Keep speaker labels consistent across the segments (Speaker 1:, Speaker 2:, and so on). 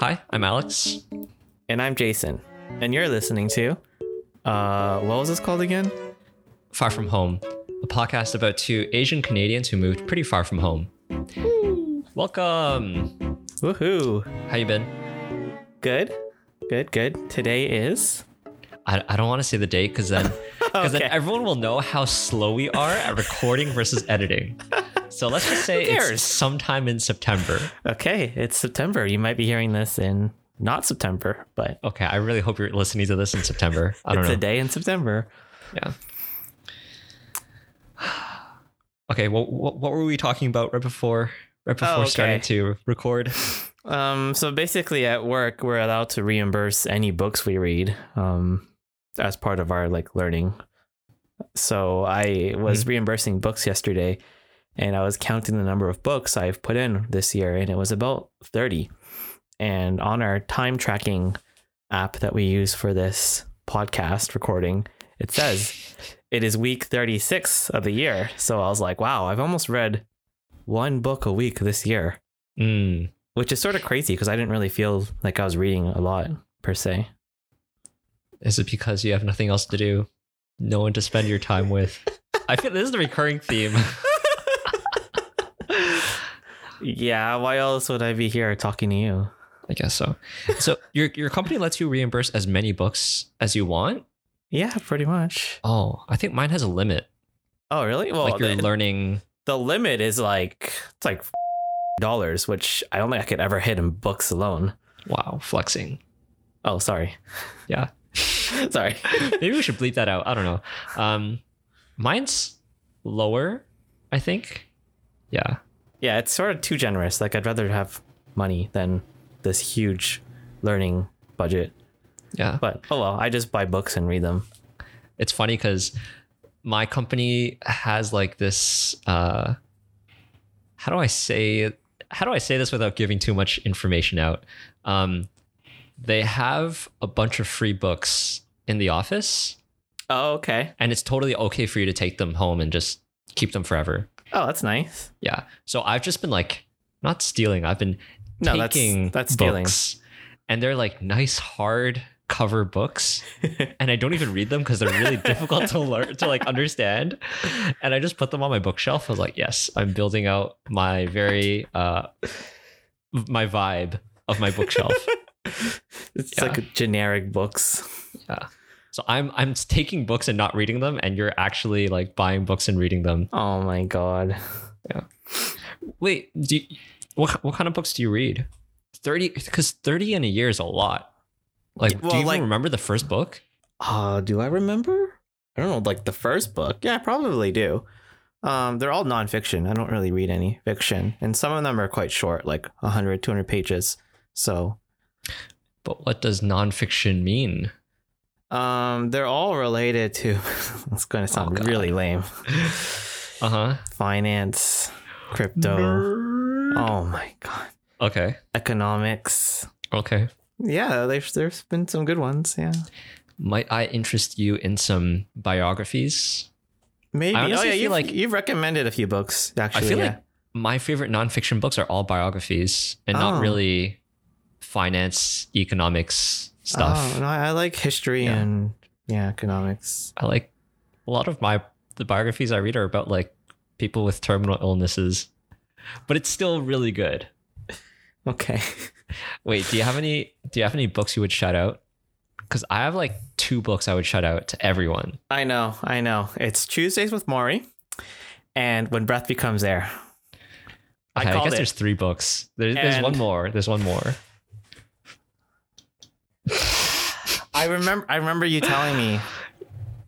Speaker 1: Hi, I'm Alex.
Speaker 2: And I'm Jason. And you're listening to, uh, what was this called again?
Speaker 1: Far From Home, a podcast about two Asian Canadians who moved pretty far from home. Welcome.
Speaker 2: Woohoo.
Speaker 1: How you been?
Speaker 2: Good. Good, good. Today is.
Speaker 1: I, I don't want to say the date because then because then
Speaker 2: Okay.
Speaker 1: everyone will know how slow we are at recording versus editing. So let's just say
Speaker 2: Who cares?
Speaker 1: it's sometime in September.
Speaker 2: Okay, it's September. You might be hearing this in not September, but
Speaker 1: Okay, I really hope you're listening to this in September. I don't
Speaker 2: it's
Speaker 1: know.
Speaker 2: a day in September.
Speaker 1: Yeah. Okay. Well, what, what were we talking about right before right before
Speaker 2: Oh, okay.
Speaker 1: starting to record?
Speaker 2: Um, so basically, at work, we're allowed to reimburse any books we read um, as part of our like learning. So I was reimbursing books yesterday, and I was counting the number of books I've put in this year, and it was about thirty. And on our time tracking app that we use for this podcast recording, it says it is week thirty six of the year. So I was like, wow, I've almost read one book a week this year
Speaker 1: Mm,
Speaker 2: which is sort of crazy because I didn't really feel like I was reading a lot per se.
Speaker 1: is it because you have nothing else to do, no one to spend your time with? I feel this is the recurring theme.
Speaker 2: Yeah, why else would I be here talking to you?
Speaker 1: I guess so. So your your company lets you reimburse as many books as you want.
Speaker 2: Yeah, pretty much.
Speaker 1: Oh, I think mine has a limit.
Speaker 2: Oh, really? Well,
Speaker 1: like your
Speaker 2: the,
Speaker 1: learning.
Speaker 2: the limit is like it's like dollars, which I don't think I could ever hit in books alone.
Speaker 1: Wow, flexing.
Speaker 2: Oh, sorry.
Speaker 1: Yeah.
Speaker 2: sorry.
Speaker 1: Maybe we should bleep that out. I don't know. Um, mine's lower, I think. Yeah.
Speaker 2: Yeah, it's sort of too generous. Like I'd rather have money than this huge learning budget.
Speaker 1: Yeah.
Speaker 2: But oh well, I just buy books and read them.
Speaker 1: It's funny because my company has like this uh how do I say how do I say this without giving too much information out? Um they have a bunch of free books in the office
Speaker 2: Oh, okay.
Speaker 1: and it's totally okay for you to take them home and just keep them forever.
Speaker 2: Oh, that's nice.
Speaker 1: Yeah. So I've just been like not stealing, I've been
Speaker 2: No, that's
Speaker 1: taking
Speaker 2: that's stealing.
Speaker 1: books and they're like nice hard cover books and i don't even read them because they're really difficult to learn to like understand and i just put them on my bookshelf i was like yes i'm building out my very uh my vibe of my bookshelf
Speaker 2: It's
Speaker 1: Yeah.
Speaker 2: like generic books.
Speaker 1: so i'm i'm taking books and not reading them and you're actually like buying books and reading them
Speaker 2: Oh my god.
Speaker 1: wait do you, what, what kind of books do you read 30 because 30 in a year is a lot like
Speaker 2: Well,
Speaker 1: do you
Speaker 2: like-
Speaker 1: even remember the first book
Speaker 2: Uh do I remember? I don't know, like the first book. Yeah, I probably do. Um, they're all nonfiction. I don't really read any fiction. And some of them are quite short, like 100, 200 pages. So
Speaker 1: But what does nonfiction mean?
Speaker 2: um, they're all related to, it's going to sound
Speaker 1: Oh God.
Speaker 2: really lame
Speaker 1: Uh huh.
Speaker 2: finance, crypto. Oh my God.
Speaker 1: Okay.
Speaker 2: Economics.
Speaker 1: Okay.
Speaker 2: Yeah, there's, there's been some good ones. Yeah.
Speaker 1: Might I interest you in some biographies?
Speaker 2: Maybe.
Speaker 1: I
Speaker 2: Oh,
Speaker 1: honestly
Speaker 2: yeah,
Speaker 1: feel
Speaker 2: you've,
Speaker 1: like-
Speaker 2: you've recommended a few books,
Speaker 1: I
Speaker 2: actually.
Speaker 1: feel
Speaker 2: yeah.
Speaker 1: like my favorite nonfiction books are all biographies and not
Speaker 2: Oh.
Speaker 1: really finance, economics stuff.
Speaker 2: Oh, no, I like history
Speaker 1: Yeah.
Speaker 2: and yeah, economics.
Speaker 1: I like a lot of my the biographies I read are about like people with terminal illnesses, but it's still really good.
Speaker 2: Okay.
Speaker 1: Wait, do you have any? Do you have any books you would shout out? Because I have like two books I would shout out to everyone.
Speaker 2: I know, I know. It's Tuesdays with Maury and When Breath Becomes Air. I
Speaker 1: Okay, I,
Speaker 2: called
Speaker 1: guess
Speaker 2: it.
Speaker 1: there's three books. There's, there's
Speaker 2: And-
Speaker 1: one more. There's one more.
Speaker 2: I remember I remember you telling me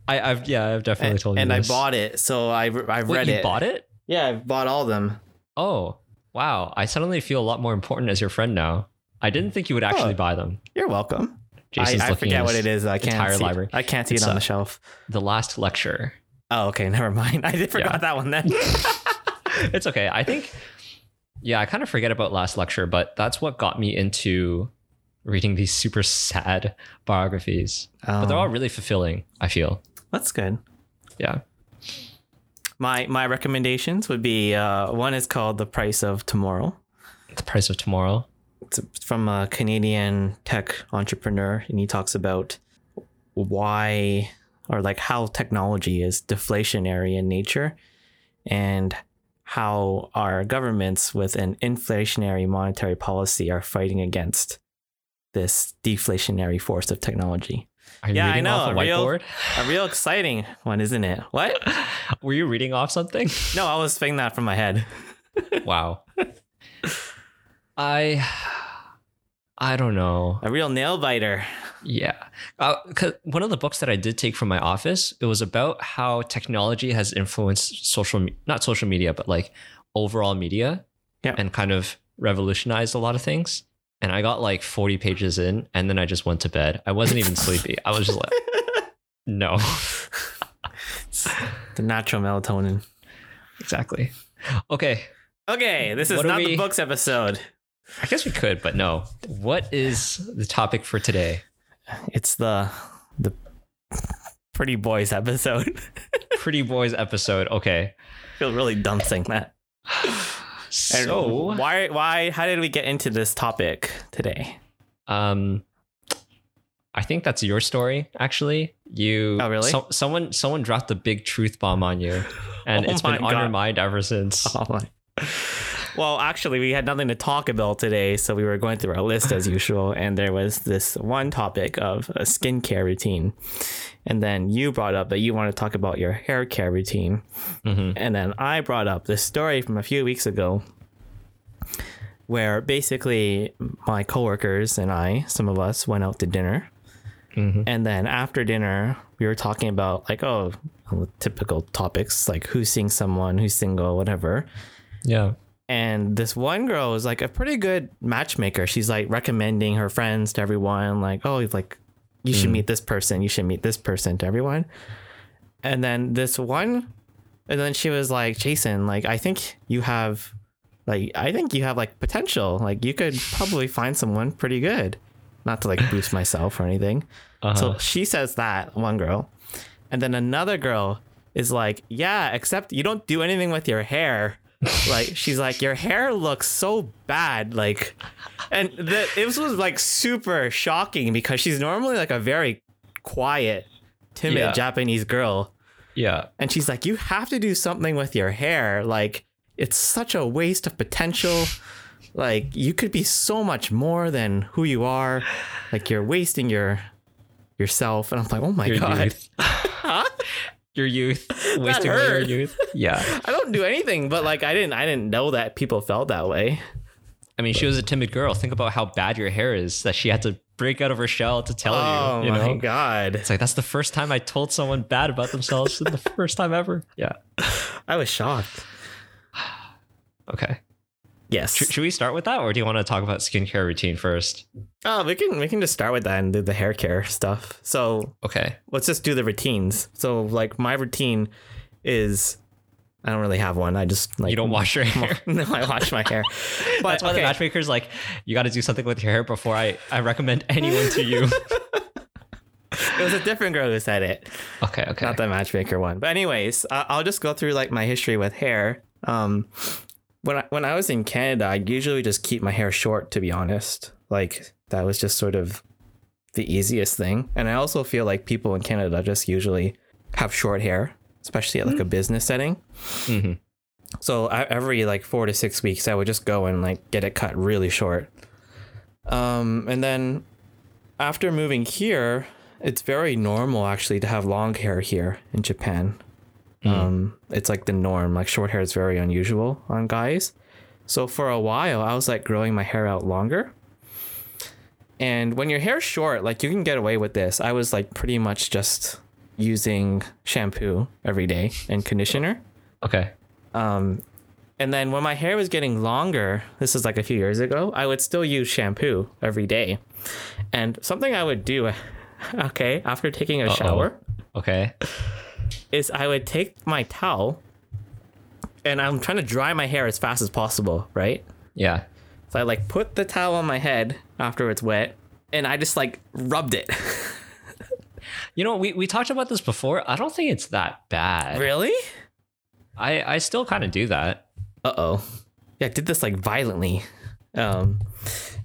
Speaker 1: I, I've yeah, I've definitely
Speaker 2: and,
Speaker 1: told you.
Speaker 2: and I
Speaker 1: this.
Speaker 2: bought it, so I re- I
Speaker 1: Wait,
Speaker 2: read
Speaker 1: you
Speaker 2: it.
Speaker 1: bought it?
Speaker 2: Yeah, I bought all of them.
Speaker 1: Oh wow! I suddenly feel a lot more important as your friend now. I didn't think you would actually
Speaker 2: Oh.
Speaker 1: buy them.
Speaker 2: You're welcome.
Speaker 1: Jason's
Speaker 2: I, I
Speaker 1: looking
Speaker 2: forget
Speaker 1: at
Speaker 2: what
Speaker 1: his-
Speaker 2: it is. I can't
Speaker 1: entire
Speaker 2: see,
Speaker 1: library.
Speaker 2: I can't see
Speaker 1: It's
Speaker 2: it on
Speaker 1: a-
Speaker 2: the shelf.
Speaker 1: The last lecture.
Speaker 2: Oh, okay, never mind. I did forgot
Speaker 1: Yeah.
Speaker 2: that one then.
Speaker 1: It's okay. I think. Yeah, I kind of forget about last lecture, but that's what got me into reading these super sad biographies. But they're
Speaker 2: Um,
Speaker 1: all really fulfilling. I feel.
Speaker 2: that's good.
Speaker 1: Yeah.
Speaker 2: My my recommendations would be uh, one is called The Price of Tomorrow.
Speaker 1: The price of tomorrow.
Speaker 2: it's from a Canadian tech entrepreneur, and he talks about why or like how technology is deflationary in nature and how our governments with an inflationary monetary policy are fighting against this deflationary force of technology.
Speaker 1: Are you
Speaker 2: Yeah, I
Speaker 1: reading
Speaker 2: know,
Speaker 1: off a
Speaker 2: a real-
Speaker 1: whiteboard?
Speaker 2: A real exciting one, isn't it? What?
Speaker 1: Were you reading off something?
Speaker 2: No, I was thinking that from my head.
Speaker 1: wow. I I don't know.
Speaker 2: A real nail biter.
Speaker 1: Yeah. Uh, 'cause one of the books that I did take from my office, it was about how technology has influenced social, me- not social media, but like overall media
Speaker 2: Yeah.
Speaker 1: and kind of revolutionized a lot of things. And I got like 40 pages in and then I just went to bed. I wasn't even sleepy. I was just like, no.
Speaker 2: The natural melatonin.
Speaker 1: exactly. Okay.
Speaker 2: Okay, this is
Speaker 1: What do
Speaker 2: not
Speaker 1: we-
Speaker 2: the books episode.
Speaker 1: I guess we could, but no. What is the topic for today?
Speaker 2: It's the the pretty boys episode.
Speaker 1: Pretty Boys episode. Okay.
Speaker 2: Feel really dumb saying that. And
Speaker 1: So,
Speaker 2: why why how did we get into this topic today?
Speaker 1: Um, I think that's your story. Actually, you.
Speaker 2: Oh, really?
Speaker 1: so- someone someone dropped the big truth bomb on you, and
Speaker 2: Oh
Speaker 1: it's been
Speaker 2: my
Speaker 1: on your
Speaker 2: God.
Speaker 1: mind ever since.
Speaker 2: Oh my. Well, actually, we had nothing to talk about today, so we were going through our list as usual, and there was this one topic of a skincare routine, and then you brought up that you want to talk about your hair care routine,
Speaker 1: Mhm.
Speaker 2: And then I brought up this story from a few weeks ago where basically my coworkers and I, some of us, went out to dinner.
Speaker 1: Mhm.
Speaker 2: And then after dinner, we were talking about like, oh, typical topics like who's seeing someone, who's single, whatever.
Speaker 1: Yeah.
Speaker 2: And this one girl is like a pretty good matchmaker. She's like recommending her friends to everyone, like, oh, like you should meet this person, you should meet this person to everyone. And then this one, and then she was like, Jason, like, I think you have, like, I think you have like potential. Like, you could probably find someone pretty good. Not to like boost myself or anything.
Speaker 1: Uh-huh.
Speaker 2: So she says that, one girl. And then another girl is like, Yeah, except you don't do anything with your hair. like, she's like, Your hair looks so bad. Like, and the, this was like super shocking because she's normally like a very quiet, timid
Speaker 1: Yeah.
Speaker 2: Japanese girl.
Speaker 1: yeah.
Speaker 2: And she's like, You have to do something with your hair. Like, it's such a waste of potential. Like, you could be so much more than who you are. Like, you're wasting your yourself. And I'm like, Oh my
Speaker 1: Your
Speaker 2: God.
Speaker 1: youth. Your youth. Wasting away your
Speaker 2: hurt.
Speaker 1: youth. Yeah.
Speaker 2: I don't do anything, but like I didn't I didn't know that people felt that way.
Speaker 1: I mean, she was a timid girl. Think about how bad your hair is that she had to break out of her shell to tell
Speaker 2: Oh
Speaker 1: you. You
Speaker 2: my
Speaker 1: know.
Speaker 2: god.
Speaker 1: It's like that's the first time I told someone bad about themselves. the first time ever. Yeah.
Speaker 2: I was shocked.
Speaker 1: Okay.
Speaker 2: Yes.
Speaker 1: Should, should we start with that, or do you want to talk about skincare routine first?
Speaker 2: Oh, we can we can just start with that and do the hair care stuff. So
Speaker 1: Okay.
Speaker 2: let's just do the routines. So like my routine is I don't really have one. I just like
Speaker 1: You don't wash your hair.
Speaker 2: no, I wash my hair. But
Speaker 1: That's why the
Speaker 2: okay.
Speaker 1: matchmaker's like, you got to do something with your hair before I, I recommend anyone to you.
Speaker 2: it was a different girl who said it.
Speaker 1: okay, okay.
Speaker 2: not the matchmaker one. But anyways, I- I'll just go through like my history with hair. Um, when I, when I was in Canada, I usually just keep my hair short. To be honest, like that was just sort of the easiest thing. And I also feel like people in Canada just usually have short hair, especially at like a business setting. Mm-hmm.
Speaker 1: Mhm.
Speaker 2: So I, every like four to six weeks, I would just go and like get it cut really short. Um, and then after moving here, it's very normal actually to have long hair here in Japan. Um, it's like the norm. Like short hair is very unusual on guys. So for a while, I was like growing my hair out longer. And when your hair's short, like you can get away with this. I was like pretty much just using shampoo every day and conditioner.
Speaker 1: Okay.
Speaker 2: And then when my hair was getting longer, this is like a few years ago, I would still use shampoo every day. And something I would do, okay, after taking a shower,
Speaker 1: Okay.
Speaker 2: is I would take my towel and I'm trying to dry my hair as fast as possible, right?
Speaker 1: Yeah.
Speaker 2: So I like put the towel on my head after it's wet and I just like rubbed it.
Speaker 1: You know, we, we talked about this before. I don't think it's that bad.
Speaker 2: really?
Speaker 1: I, I still kind of do that.
Speaker 2: uh oh. Yeah, I did this like violently. Um,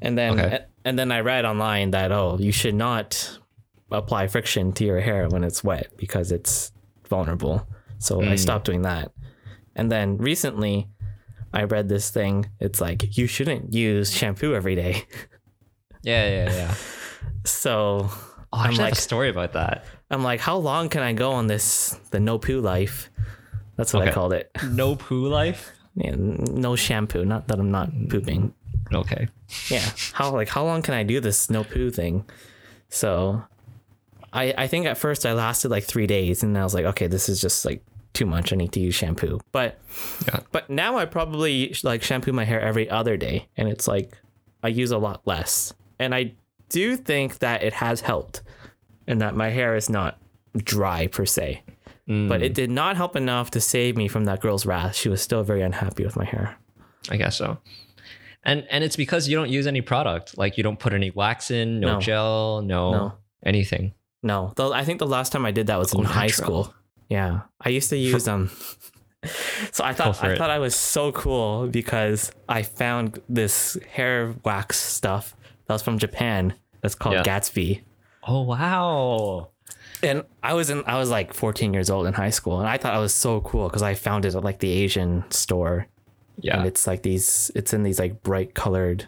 Speaker 2: And then
Speaker 1: Okay.
Speaker 2: and then I read online that oh, you should not apply friction to your hair when it's wet because it's vulnerable. So I
Speaker 1: Mm.
Speaker 2: stopped doing that. And then recently I read this thing. It's like you shouldn't use shampoo every day.
Speaker 1: Yeah, yeah, yeah.
Speaker 2: So
Speaker 1: Oh, I
Speaker 2: I'm
Speaker 1: actually have
Speaker 2: like-
Speaker 1: a story about that.
Speaker 2: I'm like, how long can I go on this the no poo life? That's what I
Speaker 1: Okay.
Speaker 2: called it.
Speaker 1: No poo life.
Speaker 2: Yeah, n- no shampoo. Not that I'm not pooping.
Speaker 1: Okay.
Speaker 2: yeah how like how long can i do this no poo thing so i i think at first i lasted like three days and i was like okay this is just like too much i need to use shampoo but
Speaker 1: Yeah.
Speaker 2: but now i probably like shampoo my hair every other day and it's like i use a lot less and i do think that it has helped and that my hair is not dry per se but it did not help enough to save me from that girl's wrath she was still very unhappy with my hair
Speaker 1: I guess so. And and it's because you don't use any product. Like you don't put any wax in, no,
Speaker 2: No.
Speaker 1: gel, no,
Speaker 2: No.
Speaker 1: anything.
Speaker 2: No, the, I think the last time I did that was
Speaker 1: Go
Speaker 2: in high
Speaker 1: natural.
Speaker 2: school. Yeah, I used to use um. so I
Speaker 1: Go
Speaker 2: thought
Speaker 1: for
Speaker 2: I
Speaker 1: it.
Speaker 2: thought I was so cool because I found this hair wax stuff that was from Japan. That's called
Speaker 1: Yeah.
Speaker 2: Gatsby,
Speaker 1: Oh wow.
Speaker 2: and I was in I was like 14 years old in high school, and I thought I was so cool because I found it at like the Asian store, and
Speaker 1: Yeah.
Speaker 2: it's like these it's in these like bright colored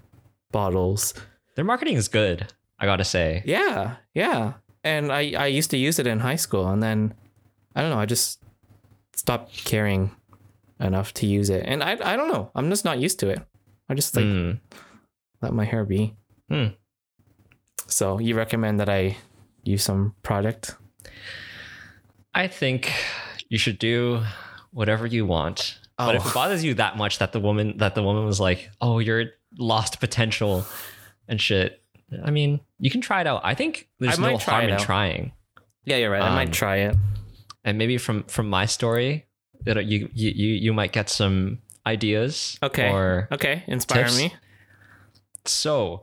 Speaker 2: bottles.
Speaker 1: Their marketing is good, I gotta say.
Speaker 2: Yeah, yeah. And I I used to use it in high school, and then I don't know. I just stopped caring enough to use it, and I I don't know. I'm just not used to it. I just like
Speaker 1: Mm.
Speaker 2: let my hair be.
Speaker 1: Hmm.
Speaker 2: So you recommend that I use some product?
Speaker 1: I think you should do whatever you want. But if
Speaker 2: Oh.
Speaker 1: it bothers you that much that the woman that the woman was like, "Oh, you're lost potential," and shit. I mean, you can try it out. I think there's
Speaker 2: might
Speaker 1: no
Speaker 2: try
Speaker 1: harm
Speaker 2: it
Speaker 1: in
Speaker 2: out.
Speaker 1: trying.
Speaker 2: Yeah, you're right. I might
Speaker 1: Um,
Speaker 2: try it.
Speaker 1: and maybe from from my story that you you you you might get some ideas
Speaker 2: Okay.
Speaker 1: or
Speaker 2: Okay, inspire
Speaker 1: tips?
Speaker 2: me.
Speaker 1: so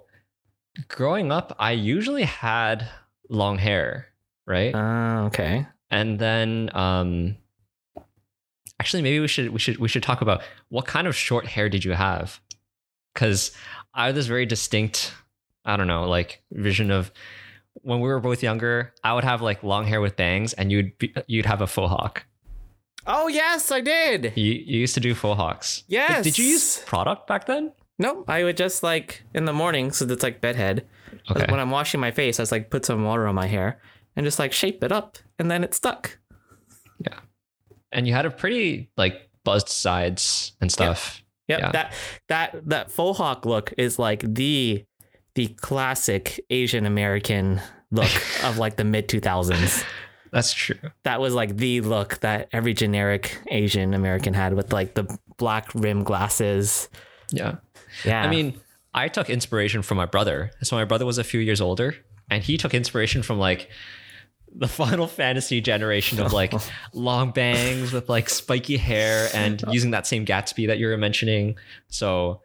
Speaker 1: growing up i usually had long hair right
Speaker 2: Ah, okay.
Speaker 1: and then um actually maybe we should we should we should talk about what kind of short hair did you have because i have this very distinct i don't know like vision of when we were both younger i would have like long hair with bangs and you'd be, you'd have a faux hawk
Speaker 2: Oh yes, I did.
Speaker 1: You, you used to do full hawks.
Speaker 2: Yes.
Speaker 1: But did you use product back then?
Speaker 2: Nope. I would just like in the morning, so that's like bedhead.
Speaker 1: Okay.
Speaker 2: When I'm washing my face, I was like put some water on my hair and just like shape it up, and then it stuck.
Speaker 1: And you had a pretty like buzzed sides and stuff.
Speaker 2: Yep.
Speaker 1: Yeah.
Speaker 2: That that that faux hawk look is like the the classic Asian American look of like the mid 2000s.
Speaker 1: That's true.
Speaker 2: That was like the look that every generic Asian American had with like the black rim glasses.
Speaker 1: Yeah.
Speaker 2: Yeah.
Speaker 1: I mean, I took inspiration from my brother. So my brother was a few years older, and he took inspiration from like the Final Fantasy generation of like long bangs with like spiky hair and using that same Gatsby that you were mentioning. So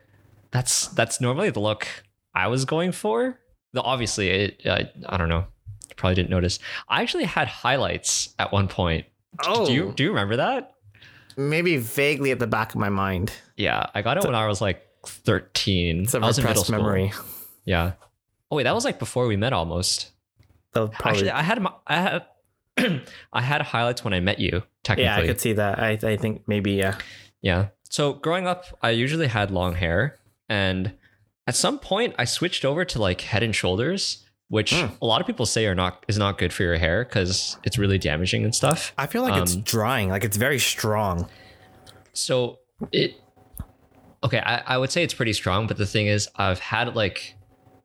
Speaker 1: that's that's normally the look I was going for. Though obviously, it I, I don't know, you probably didn't notice. I actually had highlights at one point.
Speaker 2: oh,
Speaker 1: Do you do you remember that?
Speaker 2: maybe vaguely at the back of my mind.
Speaker 1: Yeah, I got it when I was like thirteen.
Speaker 2: It's a
Speaker 1: I was in middle
Speaker 2: repressed
Speaker 1: school.
Speaker 2: memory.
Speaker 1: Yeah. Oh wait, that was like before we met almost.
Speaker 2: That'll
Speaker 1: Actually, I had my, I had I had highlights when I met you. Technically,
Speaker 2: yeah, I could see that. I, I think maybe yeah.
Speaker 1: Yeah. So growing up, I usually had long hair, and at some point, I switched over to like Head and Shoulders, which
Speaker 2: Hmm.
Speaker 1: a lot of people say are not is not good for your hair because it's really damaging and stuff.
Speaker 2: I feel like it's
Speaker 1: Um,
Speaker 2: drying. Like it's very strong.
Speaker 1: So it okay, I, I would say it's pretty strong, but the thing is I've had like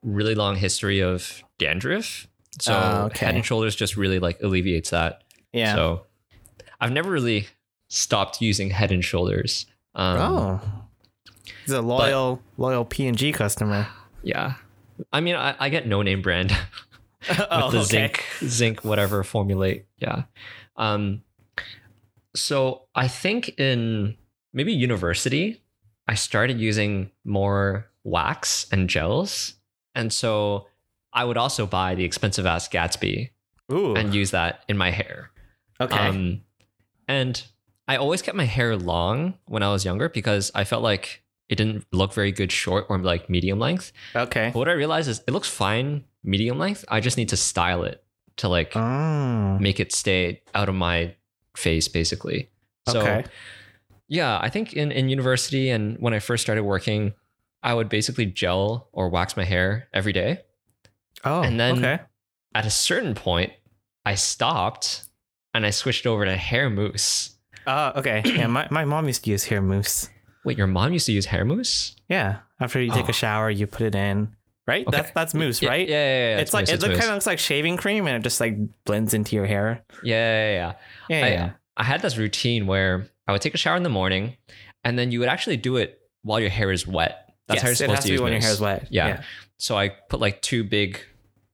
Speaker 1: really long history of dandruff. So
Speaker 2: Ah, okay.
Speaker 1: head and shoulders just really like alleviates that.
Speaker 2: Yeah.
Speaker 1: So I've never really stopped using head and shoulders. Um
Speaker 2: oh, he's a loyal loyal P and G customer.
Speaker 1: yeah. I mean I, I get no name brand
Speaker 2: Oh,
Speaker 1: with the zinc zinc whatever formulate yeah um so i think in maybe university i started using more wax and gels and so i would also buy the expensive ass gatsby
Speaker 2: Ooh.
Speaker 1: and use that in my hair
Speaker 2: okay.
Speaker 1: um, and I always kept my hair long when I was younger because I felt like it didn't look very good short or like medium length.
Speaker 2: Okay.
Speaker 1: But what I realized is it looks fine medium length. I just need to style it to like
Speaker 2: Oh.
Speaker 1: make it stay out of my face basically. So
Speaker 2: Okay.
Speaker 1: yeah, I think in, in university and when I first started working, I would basically gel or wax my hair every day.
Speaker 2: Oh.
Speaker 1: and then-
Speaker 2: okay.
Speaker 1: At a certain point, I stopped and I switched over to hair mousse.
Speaker 2: Oh, okay. Yeah, my, my mom used to use hair mousse.
Speaker 1: Wait, your mom used to use hair mousse?
Speaker 2: Yeah. After you take
Speaker 1: Oh.
Speaker 2: a shower, you put it in. Right?
Speaker 1: Okay.
Speaker 2: That's that's mousse,
Speaker 1: Yeah,
Speaker 2: right?
Speaker 1: Yeah, yeah, yeah.
Speaker 2: it's, like
Speaker 1: mousse,
Speaker 2: it look,
Speaker 1: mousse.
Speaker 2: kind of looks like shaving cream, and it just like blends into your hair.
Speaker 1: yeah, Oh, yeah, yeah.
Speaker 2: Yeah,
Speaker 1: I-
Speaker 2: yeah.
Speaker 1: I had this routine where I would take a shower in the morning, and then you would actually do it while your hair is wet. That's how you're
Speaker 2: Yes,
Speaker 1: supposed
Speaker 2: it has
Speaker 1: to
Speaker 2: to,
Speaker 1: use
Speaker 2: be when your hair
Speaker 1: mousse.
Speaker 2: is wet.
Speaker 1: Yeah. So I put like two big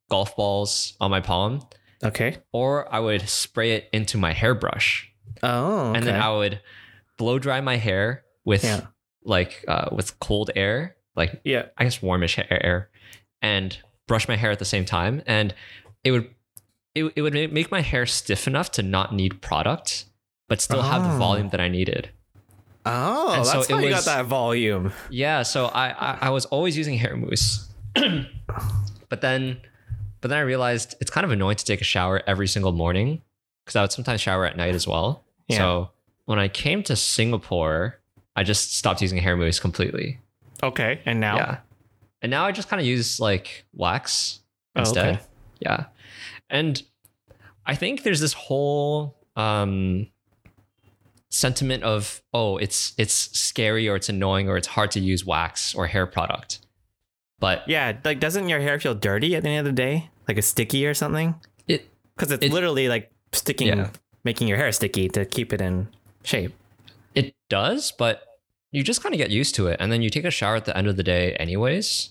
Speaker 1: golf balls on my palm,
Speaker 2: Yeah. Okay.
Speaker 1: or I would spray it into my hairbrush,
Speaker 2: Oh.
Speaker 1: and then
Speaker 2: okay.
Speaker 1: I would blow dry my hair with
Speaker 2: Yeah.
Speaker 1: like uh, with cold air, like
Speaker 2: Yeah.
Speaker 1: I guess warmish hair air and brush my hair at the same time. And it would it, it would ma- make my hair stiff enough to not need product, but still have the
Speaker 2: Oh.
Speaker 1: volume that I needed.
Speaker 2: Oh,
Speaker 1: And so
Speaker 2: that's
Speaker 1: it
Speaker 2: how you got
Speaker 1: was-
Speaker 2: that volume.
Speaker 1: Yeah, so I I, I was always using hair mousse. but then but then I realized it's kind of annoying to take a shower every single morning because I would sometimes shower at night as well.
Speaker 2: Yeah.
Speaker 1: So when I came to Singapore, I just stopped using hair mousse completely.
Speaker 2: Okay. And now.
Speaker 1: Yeah. And now I just kind of use like wax
Speaker 2: Oh,
Speaker 1: instead.
Speaker 2: okay.
Speaker 1: Yeah. And I think there's this whole um sentiment of oh it's it's scary or it's annoying or it's hard to use wax or hair product. But
Speaker 2: Yeah, like doesn't your hair feel dirty at the end of the day? Like it's sticky or something?
Speaker 1: It-
Speaker 2: because it's
Speaker 1: it-
Speaker 2: literally like sticking,
Speaker 1: Yeah.
Speaker 2: making your hair sticky to keep it in shape.
Speaker 1: it does, but you just kind of get used to it and then you take a shower at the end of the day anyways.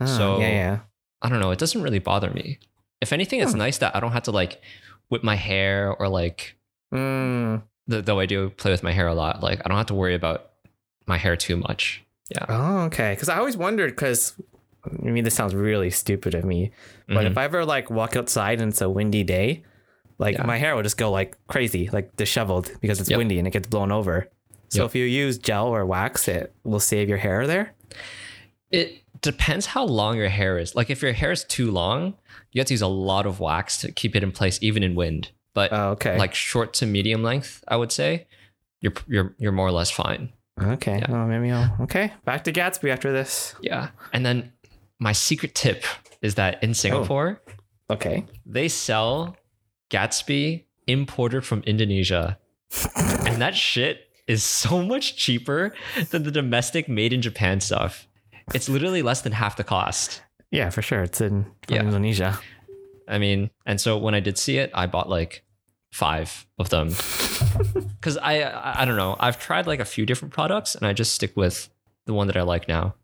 Speaker 2: Oh,
Speaker 1: So-
Speaker 2: yeah, yeah,
Speaker 1: I don't know, it doesn't really bother me. If anything it's
Speaker 2: Hmm.
Speaker 1: nice that I don't have to like whip my hair or like
Speaker 2: Mm.
Speaker 1: th- though I do play with my hair a lot, like I don't have to worry about my hair too much.
Speaker 2: Oh, okay. Because I always wondered. Because I mean, this sounds really stupid of me, but
Speaker 1: Mhm.
Speaker 2: if I ever like walk outside and it's a windy day, like
Speaker 1: Yeah.
Speaker 2: my hair will just go like crazy, like disheveled because it's
Speaker 1: Yep.
Speaker 2: windy and it gets blown over. So
Speaker 1: Yep.
Speaker 2: if you use gel or wax, it will save your hair there.
Speaker 1: It depends how long your hair is. Like if your hair is too long, you have to use a lot of wax to keep it in place, even in wind. But
Speaker 2: Oh, okay.
Speaker 1: like short to medium length, I would say you're you're you're more or less fine.
Speaker 2: okay.
Speaker 1: yeah.
Speaker 2: Oh, maybe I'll. Okay. Back to Gatsby after this.
Speaker 1: Yeah. And then my secret tip is that in Singapore
Speaker 2: Okay.
Speaker 1: they sell Gatsby imported from Indonesia, and that shit is so much cheaper than the domestic made in Japan stuff. It's literally less than half the cost.
Speaker 2: Yeah, for sure. It's in from
Speaker 1: Yeah.
Speaker 2: Indonesia.
Speaker 1: I mean, and so when I did see it, I bought like five of them because I, I I don't know. I've tried like a few different products, and I just stick with the one that I like now.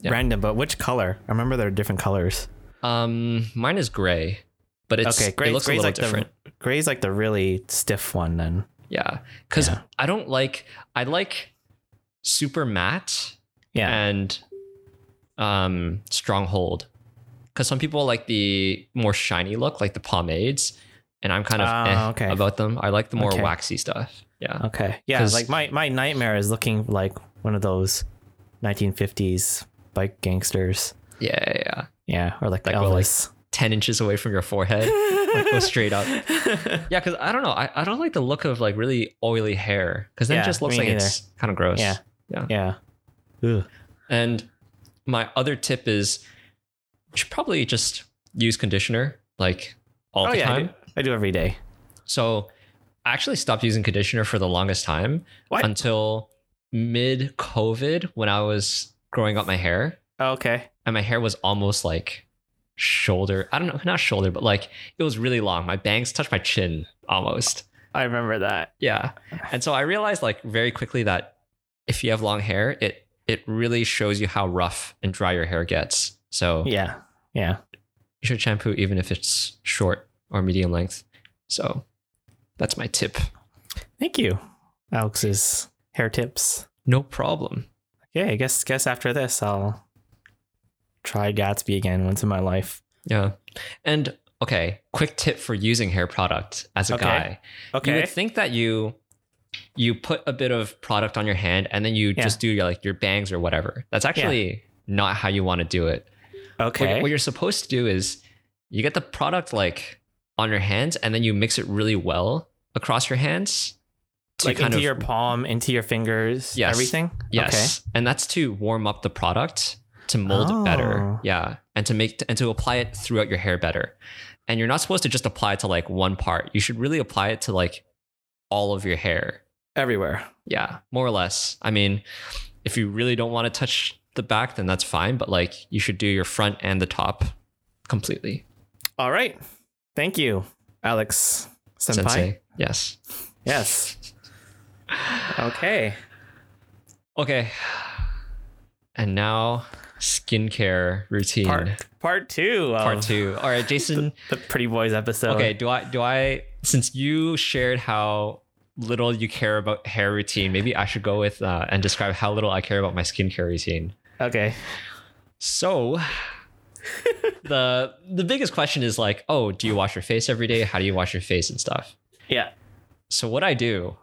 Speaker 1: Yeah.
Speaker 2: Random, but which color? I remember there are different colors.
Speaker 1: Um, mine is gray, but it's
Speaker 2: okay, gray.
Speaker 1: it looks a
Speaker 2: gray's
Speaker 1: little
Speaker 2: like
Speaker 1: different.
Speaker 2: the gray's like the really stiff one. Then
Speaker 1: yeah, because
Speaker 2: Yeah.
Speaker 1: I don't like I like super matte
Speaker 2: yeah,
Speaker 1: and um stronghold because some people like the more shiny look, like the pomades, and I'm kind of
Speaker 2: Ah,
Speaker 1: eh
Speaker 2: okay.
Speaker 1: about them. I like the more
Speaker 2: Okay.
Speaker 1: waxy stuff. Yeah.
Speaker 2: okay, yeah.
Speaker 1: 'Cause-
Speaker 2: Like my my nightmare is looking like one of those 1950s bike gangsters.
Speaker 1: Yeah, yeah, yeah.
Speaker 2: Yeah, or like,
Speaker 1: Like, well, like-
Speaker 2: Elvis.
Speaker 1: 10 inches away from your forehead. like, go straight up. Yeah, because I don't know. I, I don't like the look of like really oily hair because then
Speaker 2: Yeah,
Speaker 1: it just looks
Speaker 2: me
Speaker 1: like it's kind of gross.
Speaker 2: Yeah. yeah. Ugh.
Speaker 1: And my other tip is you should probably just use conditioner like all
Speaker 2: Oh
Speaker 1: the
Speaker 2: yeah, I
Speaker 1: time.
Speaker 2: do, I do every day.
Speaker 1: So I actually stopped using conditioner for the longest time
Speaker 2: What?
Speaker 1: until mid COVID when I was growing up my hair.
Speaker 2: Oh, okay.
Speaker 1: and my hair was almost like shoulder i don't know not shoulder but like it was really long my bangs touched my chin almost
Speaker 2: I remember that.
Speaker 1: yeah and so i realized like very quickly that if you have long hair it it really shows you how rough and dry your hair gets so
Speaker 2: Yeah. Yeah.
Speaker 1: you should shampoo even if it's short or medium length so that's my tip
Speaker 2: Thank you. Alex's hair tips.
Speaker 1: no problem
Speaker 2: yeah, I guess guess after this I'll try Gatsby again once in my life.
Speaker 1: yeah and okay quick tip for using hair product as a
Speaker 2: Okay.
Speaker 1: guy You would think that you you put a bit of product on your hand and then you
Speaker 2: Yeah.
Speaker 1: just do your like your bangs or whatever. That's actually not how you want to do it. What-
Speaker 2: Okay.
Speaker 1: What, you're supposed to do is you get the product like on your hands and then you mix it really well across your hands to
Speaker 2: like
Speaker 1: kind
Speaker 2: into
Speaker 1: of
Speaker 2: your palm, into your fingers,
Speaker 1: Yes.
Speaker 2: everything.
Speaker 1: yes, and that's to warm up the product to mold it better.
Speaker 2: Oh.
Speaker 1: Yeah, and to make and to apply it throughout your hair better. And you're not supposed to just apply it to like one part. You should really apply it to like all of your hair.
Speaker 2: Okay. Everywhere.
Speaker 1: yeah, more or less. I mean, if you really don't want to touch the back, then that's fine. But like, you should do your front and the top completely.
Speaker 2: All right. Thank you, Alex Senpai.
Speaker 1: Sensei, yes.
Speaker 2: Yes. okay.
Speaker 1: Okay. And now, skincare routine
Speaker 2: Part part two. Of
Speaker 1: part two. All right, Jason.
Speaker 2: The Pretty Boys episode.
Speaker 1: okay, do I do I since you shared how little you care about hair routine, maybe I should go with uh, and describe how little I care about my skincare routine.
Speaker 2: Okay.
Speaker 1: So the the biggest question is like, oh, do you wash your face every day? How do you wash your face and stuff?
Speaker 2: Yeah.
Speaker 1: So what I do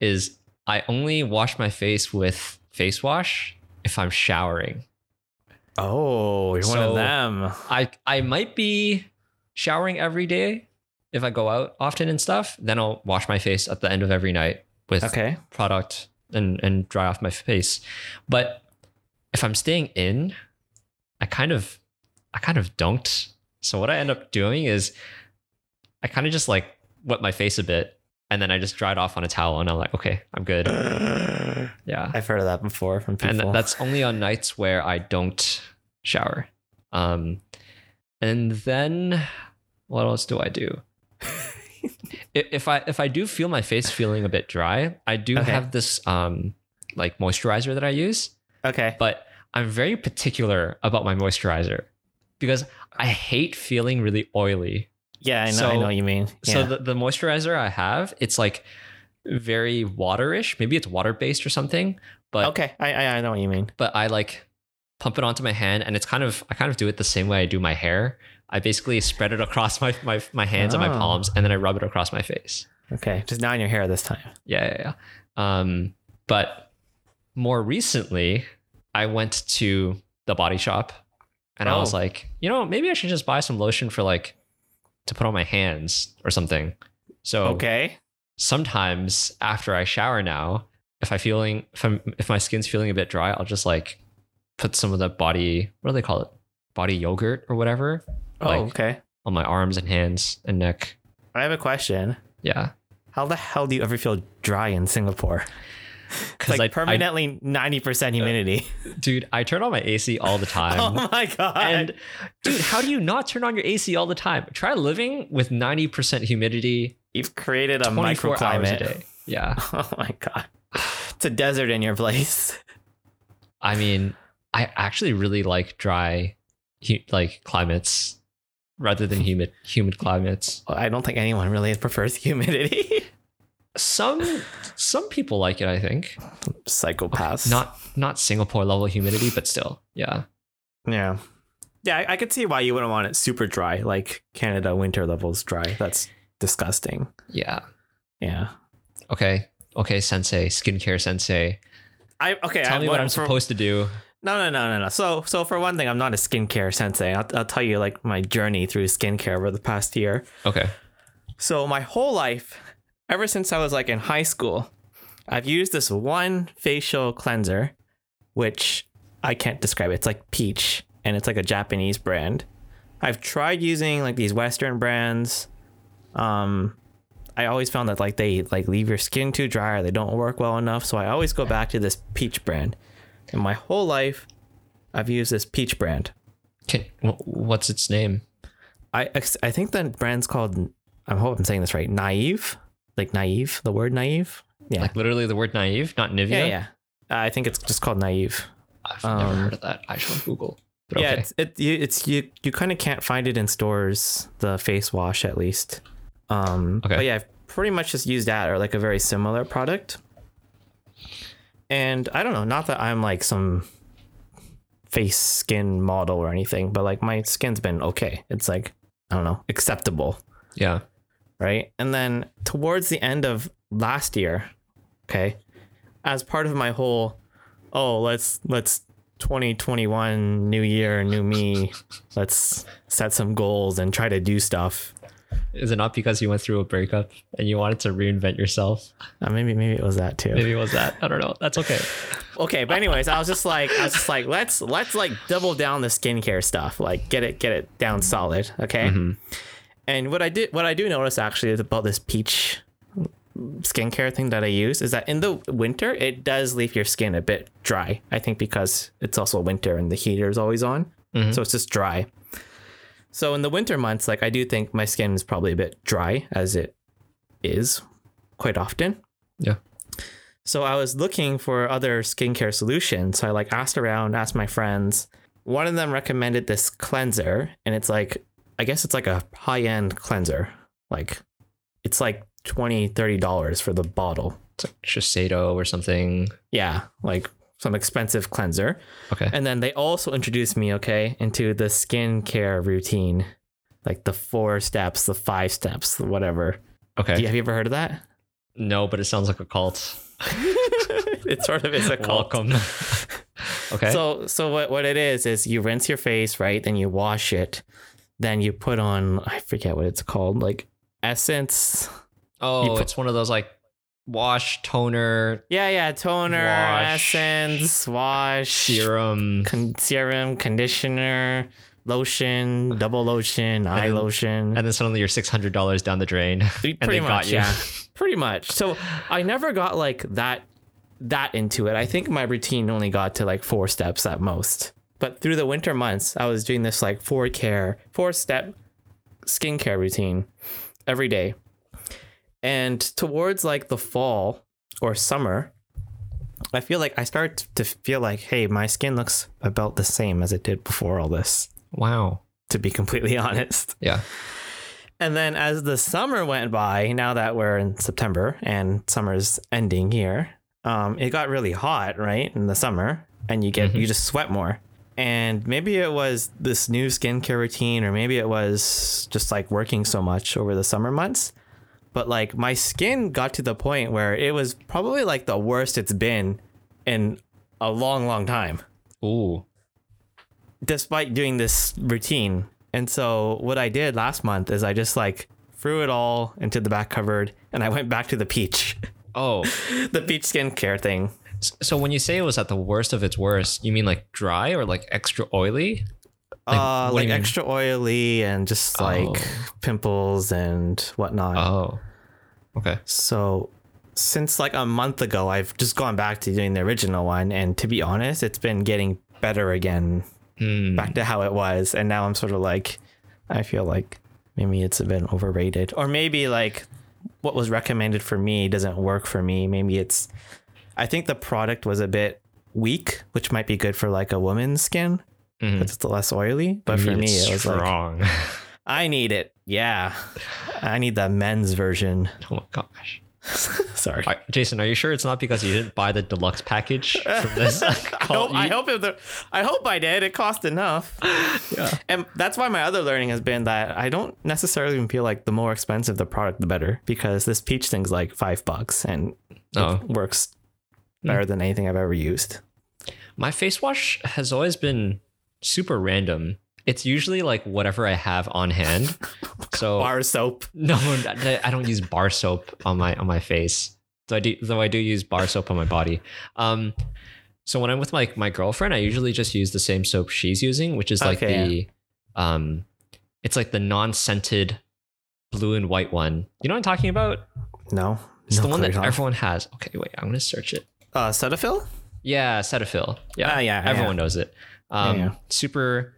Speaker 1: is I only wash my face with face wash if I'm showering.
Speaker 2: Oh, you're one
Speaker 1: So-
Speaker 2: of them.
Speaker 1: I I might be showering every day if I go out often and stuff. Then I'll wash my face at the end of every night with
Speaker 2: Okay.
Speaker 1: product and and dry off my face. But if I'm staying in, I kind of I kind of don't. So what I end up doing is I kind of just like wet my face a bit and then I just dry it off on a towel and I'm like, okay, I'm good.
Speaker 2: I've
Speaker 1: Yeah.
Speaker 2: heard of that before from people.
Speaker 1: And th- that's only on nights where I don't shower. Um and then what else do I do? I- if I if I do feel my face feeling a bit dry, I do
Speaker 2: Okay.
Speaker 1: have this um like moisturizer that I use,
Speaker 2: okay.
Speaker 1: but I'm very particular about my moisturizer because I hate feeling really oily.
Speaker 2: Yeah, I know. I
Speaker 1: so-
Speaker 2: know what you mean. Yeah.
Speaker 1: So the, the moisturizer I have, it's like very waterish. Maybe it's water based or something, but
Speaker 2: okay. I, I I know what you mean.
Speaker 1: but I like pump it onto my hand and it's kind of I kind of do it the same way I do my hair. I basically spread it across my my, my hands and my
Speaker 2: Oh.
Speaker 1: palms and then I rub it across my face.
Speaker 2: Okay. Just not in your hair this time.
Speaker 1: Yeah, yeah, yeah. Um, but more recently, I went to the body shop and I was
Speaker 2: Oh.
Speaker 1: like, you know, maybe I should just buy some lotion for like to put on my hands or something. So
Speaker 2: Okay.
Speaker 1: sometimes after I shower now, if I feeling if I'm if my skin's feeling a bit dry, I'll just like put some of the body what do they call it? Body yogurt or whatever
Speaker 2: Oh,
Speaker 1: like-
Speaker 2: okay.
Speaker 1: on my arms and hands and neck.
Speaker 2: I have a question.
Speaker 1: Yeah.
Speaker 2: How the hell do you ever feel dry in Singapore? It's
Speaker 1: Because
Speaker 2: like
Speaker 1: I, I
Speaker 2: permanently 90% humidity.
Speaker 1: dude, I turn on my AC all the time.
Speaker 2: oh my god.
Speaker 1: and dude, how do you not turn on your AC all the time? Try living with 90% humidity
Speaker 2: You've created a
Speaker 1: 24 hours a
Speaker 2: microclimate.
Speaker 1: day. Yeah.
Speaker 2: Oh my god. It's a desert in your place.
Speaker 1: I mean, I actually really like dry hu- like climates rather than humid humid climates.
Speaker 2: I don't think anyone really prefers humidity.
Speaker 1: Some some people like it, I think.
Speaker 2: Psychopaths.
Speaker 1: Not not Singapore level humidity, but still. Yeah.
Speaker 2: Yeah. Yeah, I, I could see why you wouldn't want it super dry, like Canada winter levels dry. That's disgusting.
Speaker 1: Yeah.
Speaker 2: Yeah.
Speaker 1: Okay. Okay, sensei, skincare sensei.
Speaker 2: I okay.
Speaker 1: Tell
Speaker 2: I,
Speaker 1: me what
Speaker 2: one-
Speaker 1: I'm
Speaker 2: for-
Speaker 1: supposed to do.
Speaker 2: No, no, no, no, no. So, so for one thing, I'm not a skincare sensei. I'll, I'll tell you like my journey through skincare over the past year.
Speaker 1: Okay.
Speaker 2: So my whole life, ever since I was like in high school, I've used this one facial cleanser, which I can't describe. It's like peach, and it's like a Japanese brand. I've tried using like these Western brands. Um, I always found that like they like leave your skin too dry or they don't work well enough. So I always go back to this peach brand. And my whole life, I've used this peach brand.
Speaker 1: Can, wh- what's its name?
Speaker 2: I ex- I think the brand's called. I hope I'm saying this right. Naive, like naive. The word naive. Yeah,
Speaker 1: Like literally the word naive, not Nivea.
Speaker 2: yeah, yeah. Uh, I think it's just called naive.
Speaker 1: I've never
Speaker 2: Um,
Speaker 1: heard of that. I shall Google. But
Speaker 2: Yeah,
Speaker 1: okay.
Speaker 2: it's it, you, it's you. You kind of can't find it in stores. The face wash, at least. Um,
Speaker 1: Okay.
Speaker 2: But yeah, I've pretty much just used that or like a very similar product. And I don't know. Not that I'm like some face skin model or anything, but like my skin's been okay. It's like I don't know, acceptable.
Speaker 1: yeah.
Speaker 2: right? And then towards the end of last year, Okay. As part of my whole, oh, let's let's 2021 new year, new me. let's set some goals and try to do stuff.
Speaker 1: Is it not because you went through a breakup and you wanted to reinvent yourself?
Speaker 2: Uh, maybe maybe it was that too.
Speaker 1: Maybe it was that. I don't know. That's okay.
Speaker 2: Okay, but anyways, I was just like I was just like let's let's like double down the skincare stuff. Like get it get it down solid. Okay. And what I did what I do notice actually is about this peach skincare thing that I use is that in the winter it does leave your skin a bit dry. I think because it's also winter and the heater is always on. So it's just dry. So in the winter months, like I do think my skin is probably a bit dry as it is quite often.
Speaker 1: Yeah.
Speaker 2: So I was looking for other skincare solutions. So I like asked around, asked my friends. One of them recommended this cleanser, and it's like I guess it's like a high-end cleanser. Like it's like 20 dollars for the bottle.
Speaker 1: It's like Shiseido or something.
Speaker 2: Yeah, like some expensive cleanser.
Speaker 1: Okay.
Speaker 2: And then they also introduced me, okay, into the skincare routine, like the four steps, the five steps, the whatever.
Speaker 1: Okay.
Speaker 2: Do you- have you ever heard of that?
Speaker 1: No, but it sounds like a cult.
Speaker 2: it sort of is a cult.
Speaker 1: Welcome. okay.
Speaker 2: So so what what it is is you rinse your face, right? Then you wash it. Then you put on I forget what it's called, like essence.
Speaker 1: oh,
Speaker 2: you put-
Speaker 1: it's one of those like wash, toner,
Speaker 2: Yeah, yeah, toner,
Speaker 1: Wash.
Speaker 2: essence, wash,
Speaker 1: serum.
Speaker 2: con- serum, conditioner, lotion, double lotion, eye
Speaker 1: And-
Speaker 2: lotion.
Speaker 1: And then suddenly you're six hundred dollars down the drain.
Speaker 2: pretty
Speaker 1: they got
Speaker 2: much,
Speaker 1: you.
Speaker 2: yeah. pretty much. So I never got like that that into it. I think my routine only got to like four steps at most. But through the winter months, I was doing this like four care, four step skincare routine every day. And towards like the fall or summer, I feel like I start to feel like, hey, my skin looks about the same as it did before all this,
Speaker 1: Wow.
Speaker 2: to be completely honest.
Speaker 1: Yeah.
Speaker 2: And then as the summer went by, now that we're in September and summer's ending here, um, it got really hot, right? In the summer, and you get you just sweat more. And maybe it was this new skincare routine, or maybe it was just like working so much over the summer months. But like my skin got to the point where it was probably like the worst it's been in a long, long time
Speaker 1: Ooh.
Speaker 2: despite doing this routine. And so what I did last month is I just like threw it all into the back cupboard and I went back to the peach,
Speaker 1: Oh.
Speaker 2: the peach skincare thing.
Speaker 1: S- So when you say it was at the worst of its worst, you mean like dry or like extra oily? Like, what
Speaker 2: uh,
Speaker 1: do
Speaker 2: like
Speaker 1: you mean?
Speaker 2: extra oily and just like
Speaker 1: Oh.
Speaker 2: pimples and whatnot.
Speaker 1: Oh. Okay.
Speaker 2: So since like a month ago, I've just gone back to doing the original one. And to be honest, it's been getting better again
Speaker 1: Hmm.
Speaker 2: back to how it was and now i'm sort of like i feel like maybe it's a bit overrated or maybe like what was recommended for me doesn't work for me maybe it's i think the product was a bit weak which might be good for like a woman's skin
Speaker 1: Mhm.
Speaker 2: because it's less oily but
Speaker 1: You
Speaker 2: for
Speaker 1: need
Speaker 2: me it was like
Speaker 1: strong.
Speaker 2: i need it yeah i need the men's version
Speaker 1: oh my gosh.
Speaker 2: sorry
Speaker 1: Are- Jason, are you sure it's not because you didn't buy the deluxe package from this
Speaker 2: I
Speaker 1: cult?
Speaker 2: hope, I
Speaker 1: You-
Speaker 2: hope it was- I hope I did. It cost enough.
Speaker 1: Yeah.
Speaker 2: And that's why my other learning has been that I don't necessarily even feel like the more expensive the product, the better, because this peach thing's like five bucks and
Speaker 1: Oh. Hmm.
Speaker 2: it works better than anything I've ever used.
Speaker 1: My face wash has always been super random. It's usually like whatever I have on hand. So
Speaker 2: Bar soap.
Speaker 1: no, I I don't use bar soap on my on my face. Though I do, though I do use bar soap on my body. Um, so when I'm with like my girlfriend, I usually just use the same soap she's using, which is like
Speaker 2: Okay,
Speaker 1: the, um, it's like the non-scented blue and white one. You know what I'm talking about?
Speaker 2: No.
Speaker 1: It's
Speaker 2: no
Speaker 1: the one that
Speaker 2: clue at all.
Speaker 1: everyone has. Okay, wait, I'm gonna search it.
Speaker 2: Uh, Cetaphil?
Speaker 1: Yeah, Cetaphil. Yeah,
Speaker 2: Ah, yeah, yeah.
Speaker 1: everyone knows it. Um,
Speaker 2: Yeah, yeah.
Speaker 1: super,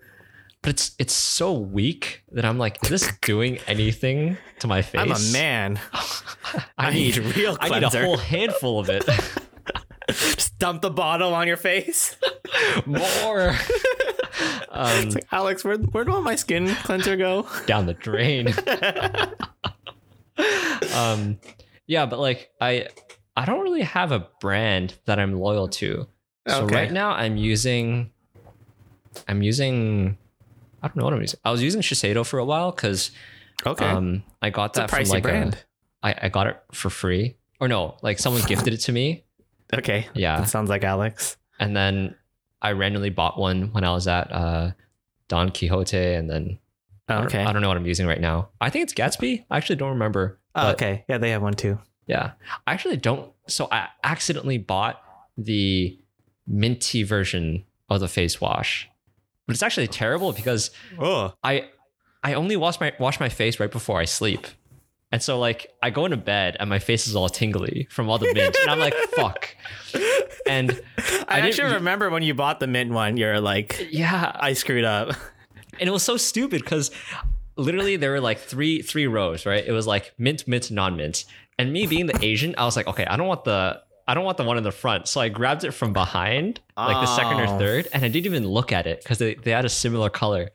Speaker 1: but it's it's so weak that I'm like, is this doing anything to my face?
Speaker 2: I'm a man.
Speaker 1: I need
Speaker 2: real
Speaker 1: I need a
Speaker 2: cleanser.
Speaker 1: whole handful of it.
Speaker 2: Just dump the bottle on your face.
Speaker 1: More um,
Speaker 2: It's like, Alex, where, where'd all my skin cleanser go?
Speaker 1: down the drain. um, yeah, but like I, I don't really have a brand that I'm loyal to. So
Speaker 2: Okay.
Speaker 1: right now I'm using, I'm using, I don't know what I'm using. I was using Shiseido for a while because
Speaker 2: Okay.
Speaker 1: um I got
Speaker 2: it's a
Speaker 1: that from
Speaker 2: pricey
Speaker 1: like
Speaker 2: brand.
Speaker 1: a, I I got it for free or no, like someone gifted it to me.
Speaker 2: Okay.
Speaker 1: Yeah.
Speaker 2: That sounds like Alex.
Speaker 1: And then I randomly bought one when I was at uh, Don Quixote. And then I don't-
Speaker 2: okay.
Speaker 1: I don't know what I'm using right now. I think it's Gatsby. I actually don't remember.
Speaker 2: Oh,
Speaker 1: but-
Speaker 2: okay. Yeah, they have one too.
Speaker 1: Yeah. I actually don't. So I accidentally bought the minty version of the face wash, but it's actually terrible because
Speaker 2: Oh.
Speaker 1: I I only wash my wash my face right before I sleep. And so like I go into bed and my face is all tingly from all the mint. and I'm like, fuck. And
Speaker 2: I,
Speaker 1: didn't
Speaker 2: actually
Speaker 1: re-
Speaker 2: remember when you bought the mint one, you're like,
Speaker 1: yeah.
Speaker 2: I screwed up.
Speaker 1: And it was so stupid because literally there were like three three rows, right? It was like mint, mint, non-mint. And me being the Asian, I was like, okay, I don't want the I don't want the one in the front. So I grabbed it from behind, like the second
Speaker 2: Oh.
Speaker 1: or third, and I didn't even look at it because they, they had a similar color.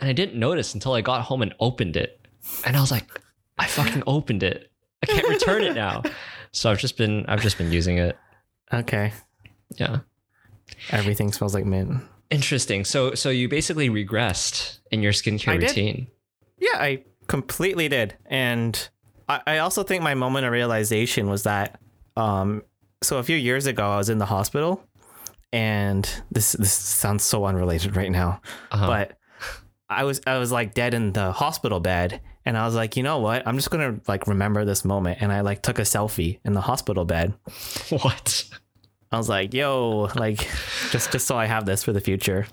Speaker 1: And I didn't notice until I got home and opened it. And I was like, I fucking opened it. I can't return it now. So I've just been I've just been using it.
Speaker 2: Okay.
Speaker 1: Yeah.
Speaker 2: Everything smells like mint.
Speaker 1: Interesting. So so you basically regressed in your skincare
Speaker 2: I did.
Speaker 1: routine.
Speaker 2: Yeah, I completely did. And I, I also think my moment of realization was that um so a few years ago I was in the hospital and this this sounds so unrelated right now.
Speaker 1: Uh-huh.
Speaker 2: but I was I was like dead in the hospital bed and I was like, you know what? I'm just gonna like remember this moment and I like took a selfie in the hospital bed.
Speaker 1: what?
Speaker 2: I was like, yo, like just just so I have this for the future.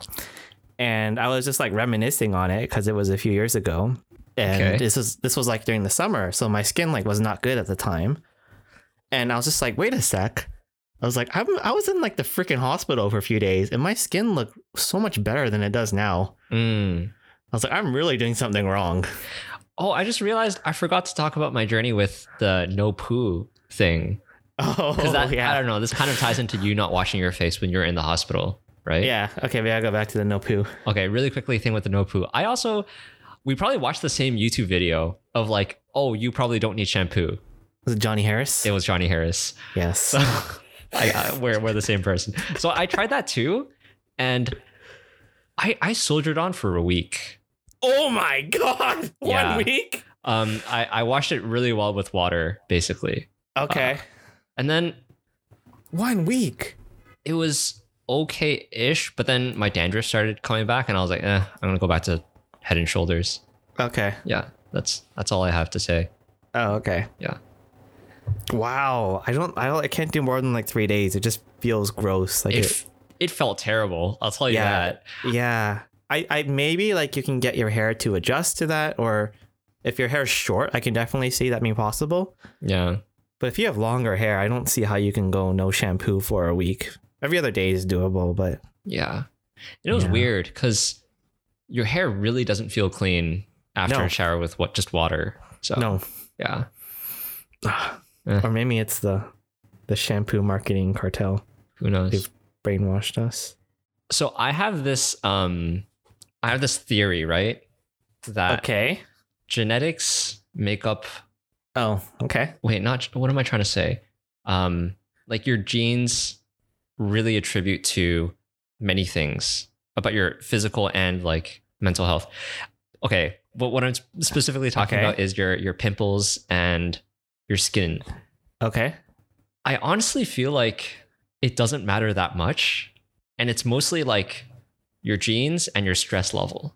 Speaker 2: And I was just like reminiscing on it because it was a few years ago. And
Speaker 1: Okay.
Speaker 2: this was this was like during the summer, so my skin like was not good at the time. And I was just like, wait a sec. I was like, I'm, I was in like the freaking hospital for a few days, and my skin looked so much better than it does now.
Speaker 1: Mm.
Speaker 2: I was like, I'm really doing something wrong.
Speaker 1: Oh, I just realized I forgot to talk about my journey with the no poo thing.
Speaker 2: Oh,
Speaker 1: Because I
Speaker 2: yeah.
Speaker 1: don't know, this kind of ties into you not washing your face when you're in the hospital, right?
Speaker 2: Yeah. Okay, we gotta go back to the no poo.
Speaker 1: Okay, really quickly, thing with the no poo. I also, we probably watched the same YouTube video of like, oh, you probably don't need shampoo.
Speaker 2: Was it Johnny Harris?
Speaker 1: It was Johnny Harris.
Speaker 2: yes.
Speaker 1: I, I, we're, we're the same person. So I tried that too. And I, I soldiered on for a week.
Speaker 2: oh my god!
Speaker 1: Yeah.
Speaker 2: week.
Speaker 1: Um, I, I washed it really well with water, basically.
Speaker 2: Okay.
Speaker 1: And then
Speaker 2: One week.
Speaker 1: it was okay ish, but then my dandruff started coming back, and I was like, eh, I'm gonna go back to Head and Shoulders.
Speaker 2: Okay.
Speaker 1: Yeah, that's that's all I have to say.
Speaker 2: Oh, okay.
Speaker 1: Yeah.
Speaker 2: Wow. I don't. I don't. I can't do more than like three days. It just feels gross. Like
Speaker 1: It
Speaker 2: it,
Speaker 1: f- it felt terrible. I'll tell you
Speaker 2: Yeah.
Speaker 1: that.
Speaker 2: yeah. I, I maybe like you can get your hair to adjust to that, or if your hair's short, I can definitely see that being possible.
Speaker 1: Yeah,
Speaker 2: But if you have longer hair, I don't see how you can go no shampoo for a week. Every other day is doable, but
Speaker 1: yeah. It was
Speaker 2: Yeah.
Speaker 1: weird because your hair really doesn't feel clean after
Speaker 2: No.
Speaker 1: a shower with what just water. So
Speaker 2: no.
Speaker 1: yeah,
Speaker 2: Oh. Or maybe it's the the shampoo marketing cartel
Speaker 1: who knows.
Speaker 2: They've- brainwashed us.
Speaker 1: so I have this um, I have this theory, right? That
Speaker 2: Okay.
Speaker 1: genetics make up
Speaker 2: Oh, okay.
Speaker 1: wait not what am i trying to say um like your genes really attribute to many things about your physical and like mental health okay but what i'm specifically talking
Speaker 2: Okay.
Speaker 1: about is your your pimples and your skin
Speaker 2: Okay.
Speaker 1: i honestly feel like it doesn't matter that much and it's mostly like your genes and your stress level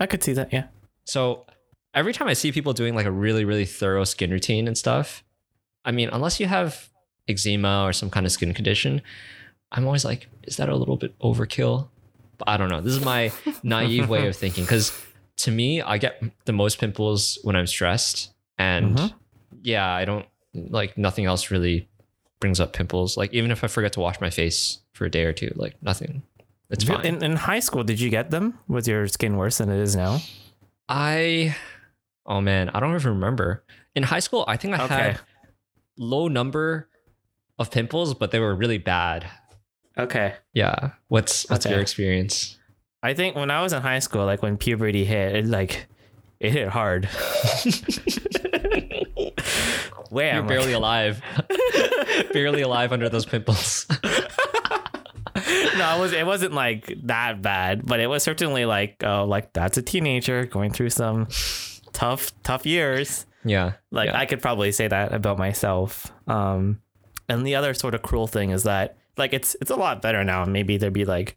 Speaker 2: I could see that, yeah.
Speaker 1: So every time I see people doing like a really, really thorough skin routine and stuff, I mean, unless you have eczema or some kind of skin condition, I'm always like, is that a little bit overkill? But I don't know. This is my naive way of thinking because to me, I get the most pimples when I'm stressed. And
Speaker 2: Mhm.
Speaker 1: yeah, I don't like nothing else really brings up pimples. Like even if I forget to wash my face for a day or two, like nothing. It's
Speaker 2: Did-
Speaker 1: fine.
Speaker 2: In, in high school, did you get them? Was your skin worse than it is now?
Speaker 1: I oh man, I don't even remember. In high school, I think I
Speaker 2: Okay.
Speaker 1: had low number of pimples, but they were really bad.
Speaker 2: Okay.
Speaker 1: Yeah. What's what's
Speaker 2: Okay.
Speaker 1: your experience?
Speaker 2: I think when I was in high school, like when puberty hit, it like it hit hard. Wham.
Speaker 1: You're barely alive. barely alive under those pimples.
Speaker 2: no, it was it wasn't like that bad, but it was certainly like oh like that's a teenager going through some tough tough years.
Speaker 1: Yeah.
Speaker 2: Like
Speaker 1: Yeah.
Speaker 2: I could probably say that about myself. Um, and the other sort of cruel thing is that like it's it's a lot better now. Maybe there'd be like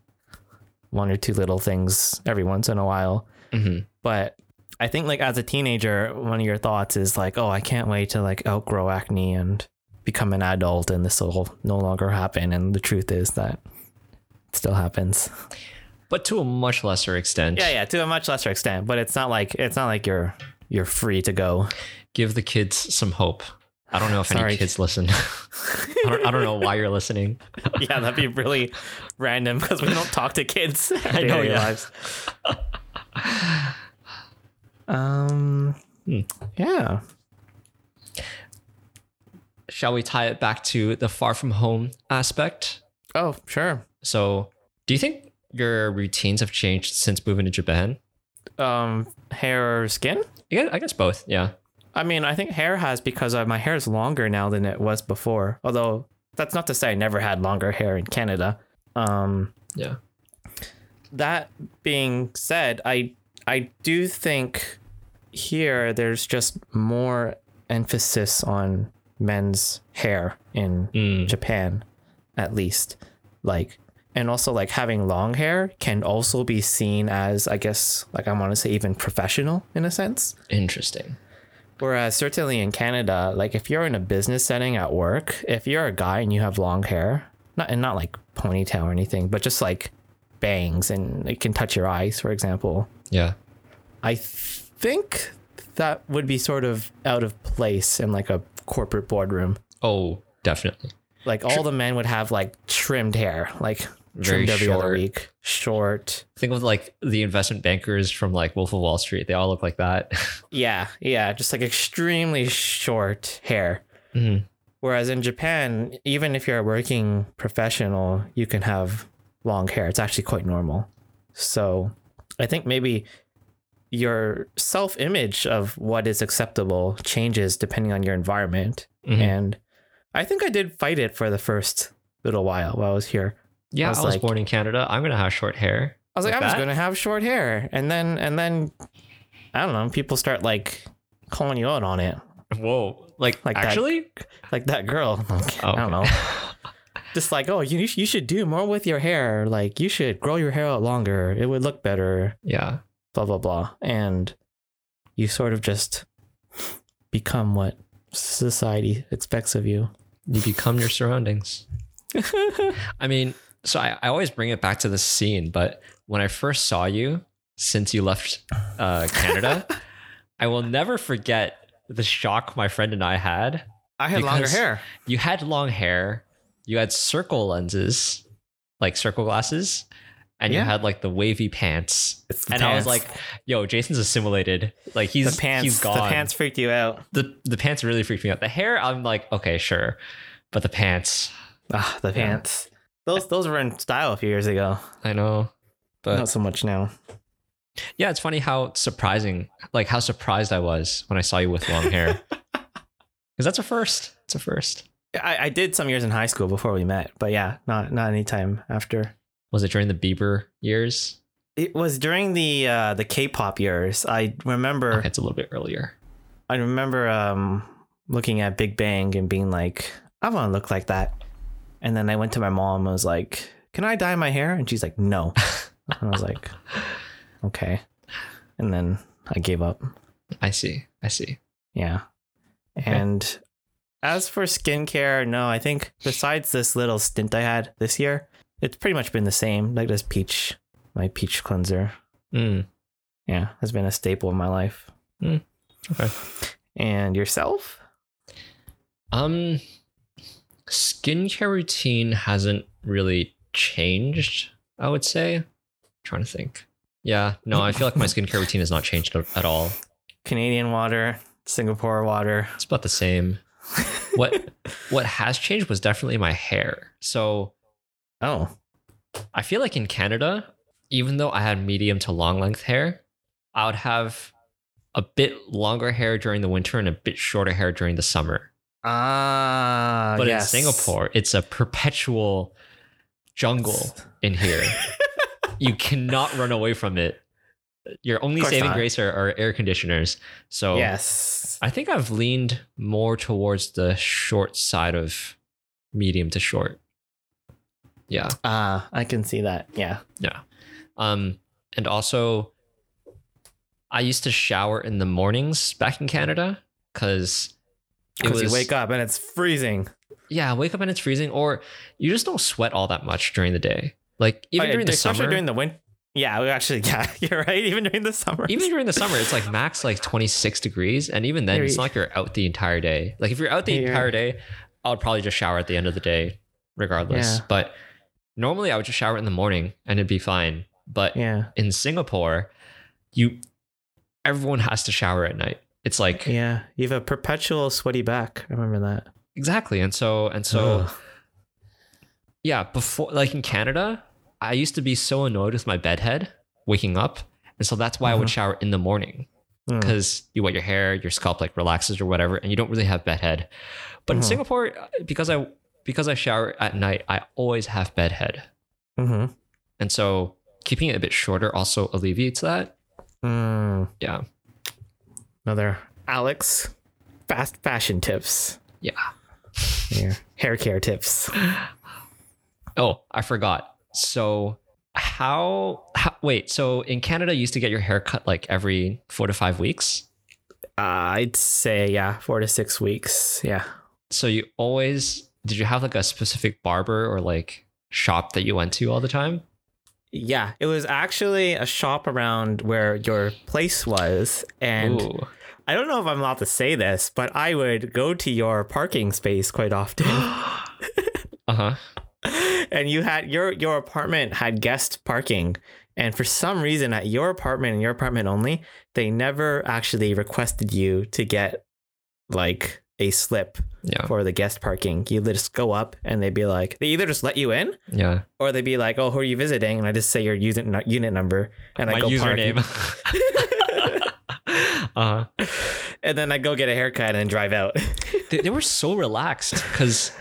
Speaker 2: one or two little things every once in a while,
Speaker 1: hmm
Speaker 2: but I think like as a teenager, one of your thoughts is like, oh, I can't wait to like outgrow acne and become an adult, and this will no longer happen. And the truth is that it still happens.
Speaker 1: But to a much lesser extent.
Speaker 2: Yeah, yeah, to a much lesser extent, but it's not like it's not like you're you're free to go.
Speaker 1: Give the kids some hope. I don't know if
Speaker 2: Sorry.
Speaker 1: any kids listen. I, don't, I don't know why you're listening.
Speaker 2: yeah, that'd be really random because we don't talk to kids. I
Speaker 1: know, yeah.
Speaker 2: Lives. um.
Speaker 1: Hmm.
Speaker 2: Yeah.
Speaker 1: Shall we tie it back to the far from home aspect?
Speaker 2: Oh, sure.
Speaker 1: So, do you think your routines have changed since moving to Japan?
Speaker 2: Um, hair or skin?
Speaker 1: I guess, I guess both. Yeah.
Speaker 2: I mean, I think hair has because uh, my hair is longer now than it was before. Although that's not to say I never had longer hair in Canada. Um,
Speaker 1: Yeah.
Speaker 2: that being said, I I do think here there's just more emphasis on men's hair in
Speaker 1: Mm.
Speaker 2: Japan, at least. Like, and also like having long hair can also be seen as, I guess, like I want to say even professional in a sense.
Speaker 1: Interesting.
Speaker 2: Whereas uh, certainly in Canada, like if you're in a business setting at work, if you're a guy and you have long hair, not and not like ponytail or anything, but just like bangs and it can touch your eyes, for example.
Speaker 1: Yeah.
Speaker 2: I think that would be sort of out of place in like a corporate boardroom.
Speaker 1: Oh, definitely.
Speaker 2: Like all the men would have like trimmed hair, like
Speaker 1: Very
Speaker 2: trimmed every other
Speaker 1: short.
Speaker 2: week, short.
Speaker 1: Think of like the investment bankers from like Wolf of Wall Street. They all look like that.
Speaker 2: Yeah, yeah, just like extremely short hair.
Speaker 1: Mhm.
Speaker 2: Whereas in Japan, even if you're a working professional, you can have long hair. It's actually quite normal. So I think maybe your self image of what is acceptable changes depending on your environment.
Speaker 1: Mhm.
Speaker 2: And I think I did fight it for the first little while while I was here.
Speaker 1: Yeah, I
Speaker 2: was
Speaker 1: was,
Speaker 2: like-
Speaker 1: born in Canada. I'm gonna have short hair.
Speaker 2: I was like,
Speaker 1: Like
Speaker 2: I'm just
Speaker 1: that?
Speaker 2: gonna have short hair, and then and then I don't know. People start like calling you out on it,
Speaker 1: Whoa! Like,
Speaker 2: Like that.
Speaker 1: actually?
Speaker 2: like that girl. Like, I don't know. Just like, oh, you you should do more with your hair. Like, you should grow your hair out longer. It would look better.
Speaker 1: yeah.
Speaker 2: Blah blah blah. And you sort of just become what society expects of you.
Speaker 1: You become your surroundings. I mean, so I, I always bring it back to this scene, but when I first saw you since you left uh, Canada, I will never forget the shock my friend and I had.
Speaker 2: I
Speaker 1: had longer hair. You had long hair, you had circle lenses, like circle glasses, and
Speaker 2: Yeah.
Speaker 1: you had like the wavy pants.
Speaker 2: It's
Speaker 1: and I was like, yo, Jason's assimilated. Like he's
Speaker 2: the pants.
Speaker 1: he's gone.
Speaker 2: The pants freaked you out.
Speaker 1: the, the pants really freaked me out. The hair, I'm like, okay, sure. But the pants,
Speaker 2: Ah, the
Speaker 1: Yeah.
Speaker 2: pants. Those those were in style a few years ago.
Speaker 1: I know. But
Speaker 2: Not so much now.
Speaker 1: Yeah, it's funny how surprising, like how surprised I was when I saw you with long hair. Because that's a first. It's a first.
Speaker 2: I, I did some years in high school before we met, but yeah, not not any time after.
Speaker 1: Was it during the Bieber years?
Speaker 2: It was during the uh, the K-pop years. I remember
Speaker 1: Okay, it's a little bit earlier.
Speaker 2: I remember um, looking at Big Bang and being like, I want to look like that. And then I went to my mom and was like, Can I dye my hair? And she's like, No. and I was like, Okay. And then I gave up.
Speaker 1: I see. I see.
Speaker 2: Yeah. And as for skincare, no, I think besides this little stint I had this year, it's pretty much been the same. Like this peach, my peach cleanser.
Speaker 1: Mm.
Speaker 2: Yeah, has been a staple in my life.
Speaker 1: Hmm. Okay.
Speaker 2: And yourself?
Speaker 1: Um, skincare routine hasn't really changed. I would say. trying to think. Yeah, no, I feel like my skincare routine has not changed a- at all.
Speaker 2: Canadian water, Singapore water.
Speaker 1: It's about the same. What what has changed was definitely my hair. So
Speaker 2: Oh,
Speaker 1: I feel like in Canada, even though I had medium to long length hair, I would have a bit longer hair during the winter and a bit shorter hair during the summer.
Speaker 2: ah,
Speaker 1: but
Speaker 2: yes.
Speaker 1: in Singapore, it's a perpetual
Speaker 2: Oh.
Speaker 1: jungle in here. you cannot run away from it. Your only
Speaker 2: course
Speaker 1: saving
Speaker 2: not.
Speaker 1: grace are, are air conditioners. So
Speaker 2: Yes.
Speaker 1: I think I've leaned more towards the short side of medium to short. Yeah.
Speaker 2: Ah, I can see that. Yeah.
Speaker 1: Um, and also, I used to shower in the mornings back in Canada because it
Speaker 2: Because
Speaker 1: was
Speaker 2: you wake up and it's freezing.
Speaker 1: yeah, wake up and it's freezing, or you just don't sweat all that much during the day. Like even
Speaker 2: Oh, yeah,
Speaker 1: during the
Speaker 2: especially
Speaker 1: summer,
Speaker 2: during the winter. Yeah, we actually, yeah, you're right. Even during the summer.
Speaker 1: even during the summer, it's like max like twenty six degrees, and even then,
Speaker 2: Here
Speaker 1: it's
Speaker 2: you-
Speaker 1: not like you're out the entire day. Like if you're out the
Speaker 2: Here you-
Speaker 1: entire day, I would probably just shower at the end of the day, regardless.
Speaker 2: Yeah.
Speaker 1: But normally, I would just shower in the morning, and it'd be fine. But
Speaker 2: yeah.
Speaker 1: in Singapore, you everyone has to shower at night. It's like
Speaker 2: Yeah. You have a perpetual sweaty back. I remember that. Mm.
Speaker 1: exactly, and so and so
Speaker 2: Ugh.
Speaker 1: yeah. Before, like in Canada, I used to be so annoyed with my bedhead waking up, and so that's why I would
Speaker 2: Mhm.
Speaker 1: shower in the morning
Speaker 2: Mm.
Speaker 1: because you wet your hair, your scalp like relaxes or whatever, and you don't really have bedhead. But in
Speaker 2: Mhm.
Speaker 1: Singapore, uh, because I because I shower at night, I always have bedhead,
Speaker 2: Mhm.
Speaker 1: and so keeping it a bit shorter also alleviates that.
Speaker 2: Mm.
Speaker 1: Yeah.
Speaker 2: Another Alex fast fashion tips.
Speaker 1: Yeah.
Speaker 2: Yeah. Hair care tips.
Speaker 1: Oh, I forgot. So how, how wait, so in Canada you used to get your hair cut like every 4 to 5 weeks.
Speaker 2: Uh, I'd say yeah, 4 to 6 weeks. Yeah.
Speaker 1: So you always did you have like a specific barber or like shop that you went to all the time?
Speaker 2: Yeah, it was actually a shop around where your place was. And
Speaker 1: Ooh.
Speaker 2: I don't know if I'm allowed to say this, but I would go to your parking space quite often.
Speaker 1: uh-huh.
Speaker 2: and you had your your apartment had guest parking. And for some reason at your apartment and your apartment only, they never actually requested you to get like a slip
Speaker 1: Yeah.
Speaker 2: for the guest parking. You just go up and they'd be like, they either just let you in
Speaker 1: Yeah.
Speaker 2: or they'd be like, oh, who are you visiting? And I just say your unit, unit number and
Speaker 1: My
Speaker 2: I go park.
Speaker 1: username. uh-huh.
Speaker 2: and then I go get a haircut and drive out.
Speaker 1: They, they were so relaxed cuz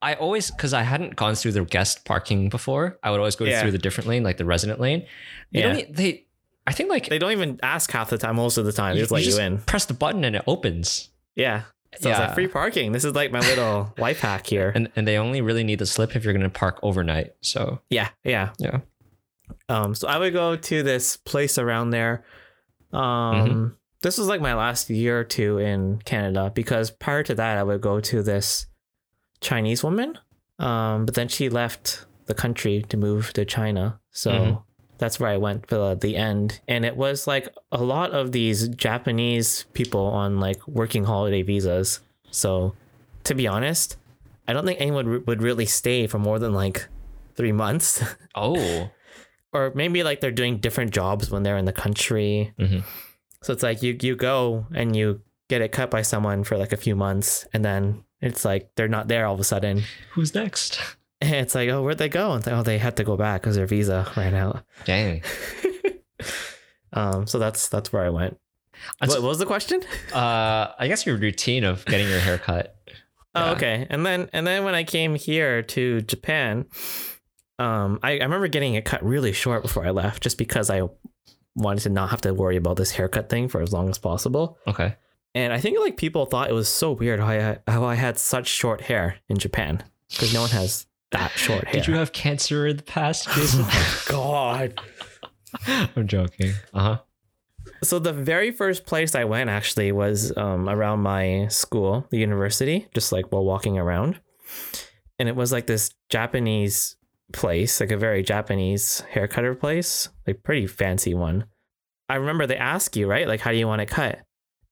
Speaker 1: I always cuz I hadn't gone through the guest parking before. I would always go
Speaker 2: Yeah.
Speaker 1: through the different lane like the resident lane. They
Speaker 2: Yeah.
Speaker 1: don't e- they I think like
Speaker 2: they don't even ask half the time. Most of the time, they just let
Speaker 1: just
Speaker 2: you in.
Speaker 1: Press the button and it opens.
Speaker 2: Yeah. So it's
Speaker 1: Yeah.
Speaker 2: like free parking. This is like my little life hack here.
Speaker 1: And and they only really need the slip if you're gonna park overnight. So
Speaker 2: yeah, yeah,
Speaker 1: Yeah.
Speaker 2: Um, so I would go to this place around there. Um, this was like my last year or two in Canada because prior to that, I would go to this Chinese woman. Um, but then she left the country to move to China, so.
Speaker 1: Mhm.
Speaker 2: That's where I went for the end. And it was like a lot of these Japanese people on like working holiday visas. So, to be honest, I don't think anyone re- would really stay for more than like three months,
Speaker 1: oh
Speaker 2: or maybe like they're doing different jobs when they're in the country.
Speaker 1: Mhm.
Speaker 2: So it's like you you go and you get it cut by someone for like a few months, and then it's like they're not there all of a sudden.
Speaker 1: who's next?
Speaker 2: And it's like, oh, where'd they go? And it's like, oh, they had to go back because their visa ran out.
Speaker 1: Dang.
Speaker 2: Um, so that's that's where I went.
Speaker 1: And
Speaker 2: What,
Speaker 1: so-
Speaker 2: what was the question?
Speaker 1: Uh I guess your routine of getting your hair cut.
Speaker 2: Oh,
Speaker 1: Yeah.
Speaker 2: okay. And then and then when I came here to Japan, um, I, I remember getting it cut really short before I left, just because I wanted to not have to worry about this haircut thing for as long as possible.
Speaker 1: Okay.
Speaker 2: And I think like people thought it was so weird how I had, how I had such short hair in Japan because no one has that short hair.
Speaker 1: Did you Oh have cancer in the past, Jason?
Speaker 2: God.
Speaker 1: I'm joking. Uh-huh.
Speaker 2: So the very first place I went actually was um, around my school, the university, just like while walking around, and it was like this Japanese place, like a very Japanese haircutter place, like pretty fancy one. I remember they ask you right, like how do you want it cut,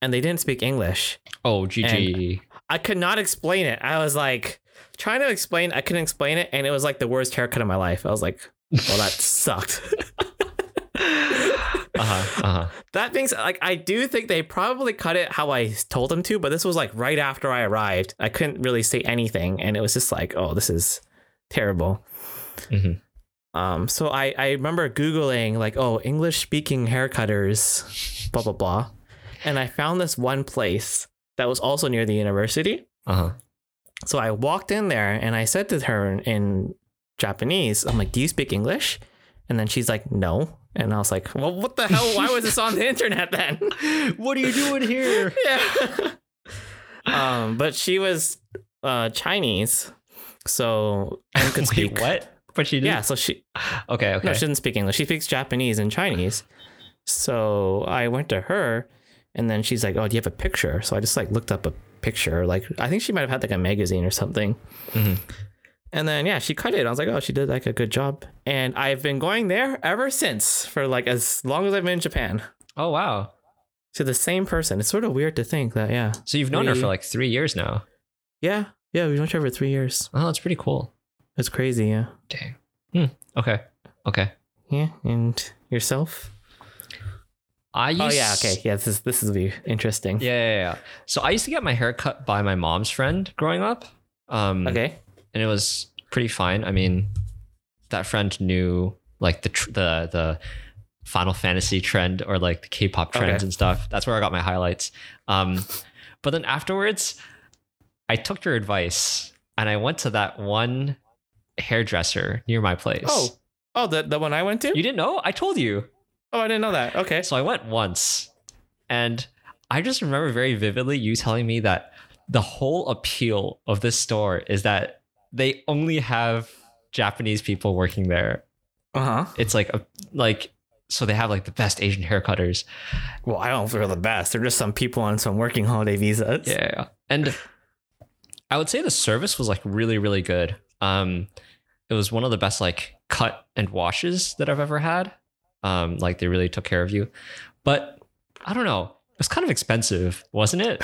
Speaker 2: and they didn't speak English.
Speaker 1: Oh, GG.
Speaker 2: I could not explain it. I was like trying to explain, I couldn't explain it, and it was like the worst haircut of my life. I was like, well, that sucked.
Speaker 1: Uh-huh. Uh-huh.
Speaker 2: That being said, like I do think they probably cut it how I told them to, but this was like right after I arrived. I couldn't really say anything, and it was just like, oh, this is terrible.
Speaker 1: Mhm.
Speaker 2: Um, so I I remember googling like, oh, English speaking haircutters, blah blah blah, and I found this one place that was also near the university.
Speaker 1: Uh-huh.
Speaker 2: So I walked in there and I said to her in, in Japanese, I'm like, do you speak English? And then she's like, no. And I was like, well, what the hell? Why was this on the internet then?
Speaker 1: What are you doing here?
Speaker 2: yeah. um, but she was uh, Chinese, so and could
Speaker 1: Wait,
Speaker 2: speak.
Speaker 1: what? But she did.
Speaker 2: Yeah, so she
Speaker 1: Okay. Okay.
Speaker 2: no, she doesn't speak English. She speaks Japanese and Chinese. So I went to her, and then she's like, "Oh, do you have a picture?" So I just like looked up a picture. Like I think she might have had like a magazine or something.
Speaker 1: Mhm.
Speaker 2: And then yeah, she cut it. I was like, "Oh, she did like a good job." And I've been going there ever since for like as long as I've been in Japan
Speaker 1: Oh wow.
Speaker 2: to the same person. It's sort of weird to think that. Yeah,
Speaker 1: So you've known her
Speaker 2: We-
Speaker 1: for like three years now.
Speaker 2: yeah, yeah. We've known each other for three years.
Speaker 1: Oh, that's pretty cool.
Speaker 2: It's crazy. Yeah,
Speaker 1: Dang. Hmm. Okay. Okay.
Speaker 2: yeah. And yourself?
Speaker 1: I used.
Speaker 2: Oh yeah. Okay. Yeah. This is this is be interesting.
Speaker 1: Yeah, yeah, yeah. So I used to get my hair cut by my mom's friend growing up. Um,
Speaker 2: Okay.
Speaker 1: and it was pretty fine. I mean, that friend knew like the tr- the the Final Fantasy trend or like the K-pop trends
Speaker 2: Okay.
Speaker 1: and stuff. That's where I got my highlights. Um, but then afterwards, I took your advice and I went to that one hairdresser near my place.
Speaker 2: Oh. Oh, the the one I went to.
Speaker 1: you didn't know? I told you.
Speaker 2: Oh, I didn't know that. Okay.
Speaker 1: So I went once, and I just remember very vividly you telling me that the whole appeal of this store is that they only have Japanese people working there.
Speaker 2: Uh huh.
Speaker 1: It's like a like so they have like the best Asian haircutters.
Speaker 2: Well, I don't feel the best. They're just some people on some working holiday visas.
Speaker 1: Yeah. And I would say the service was like really, really good. Um, it was one of the best like cut and washes that I've ever had. Um, like they really took care of you. But I don't know. It was kind of expensive, wasn't it?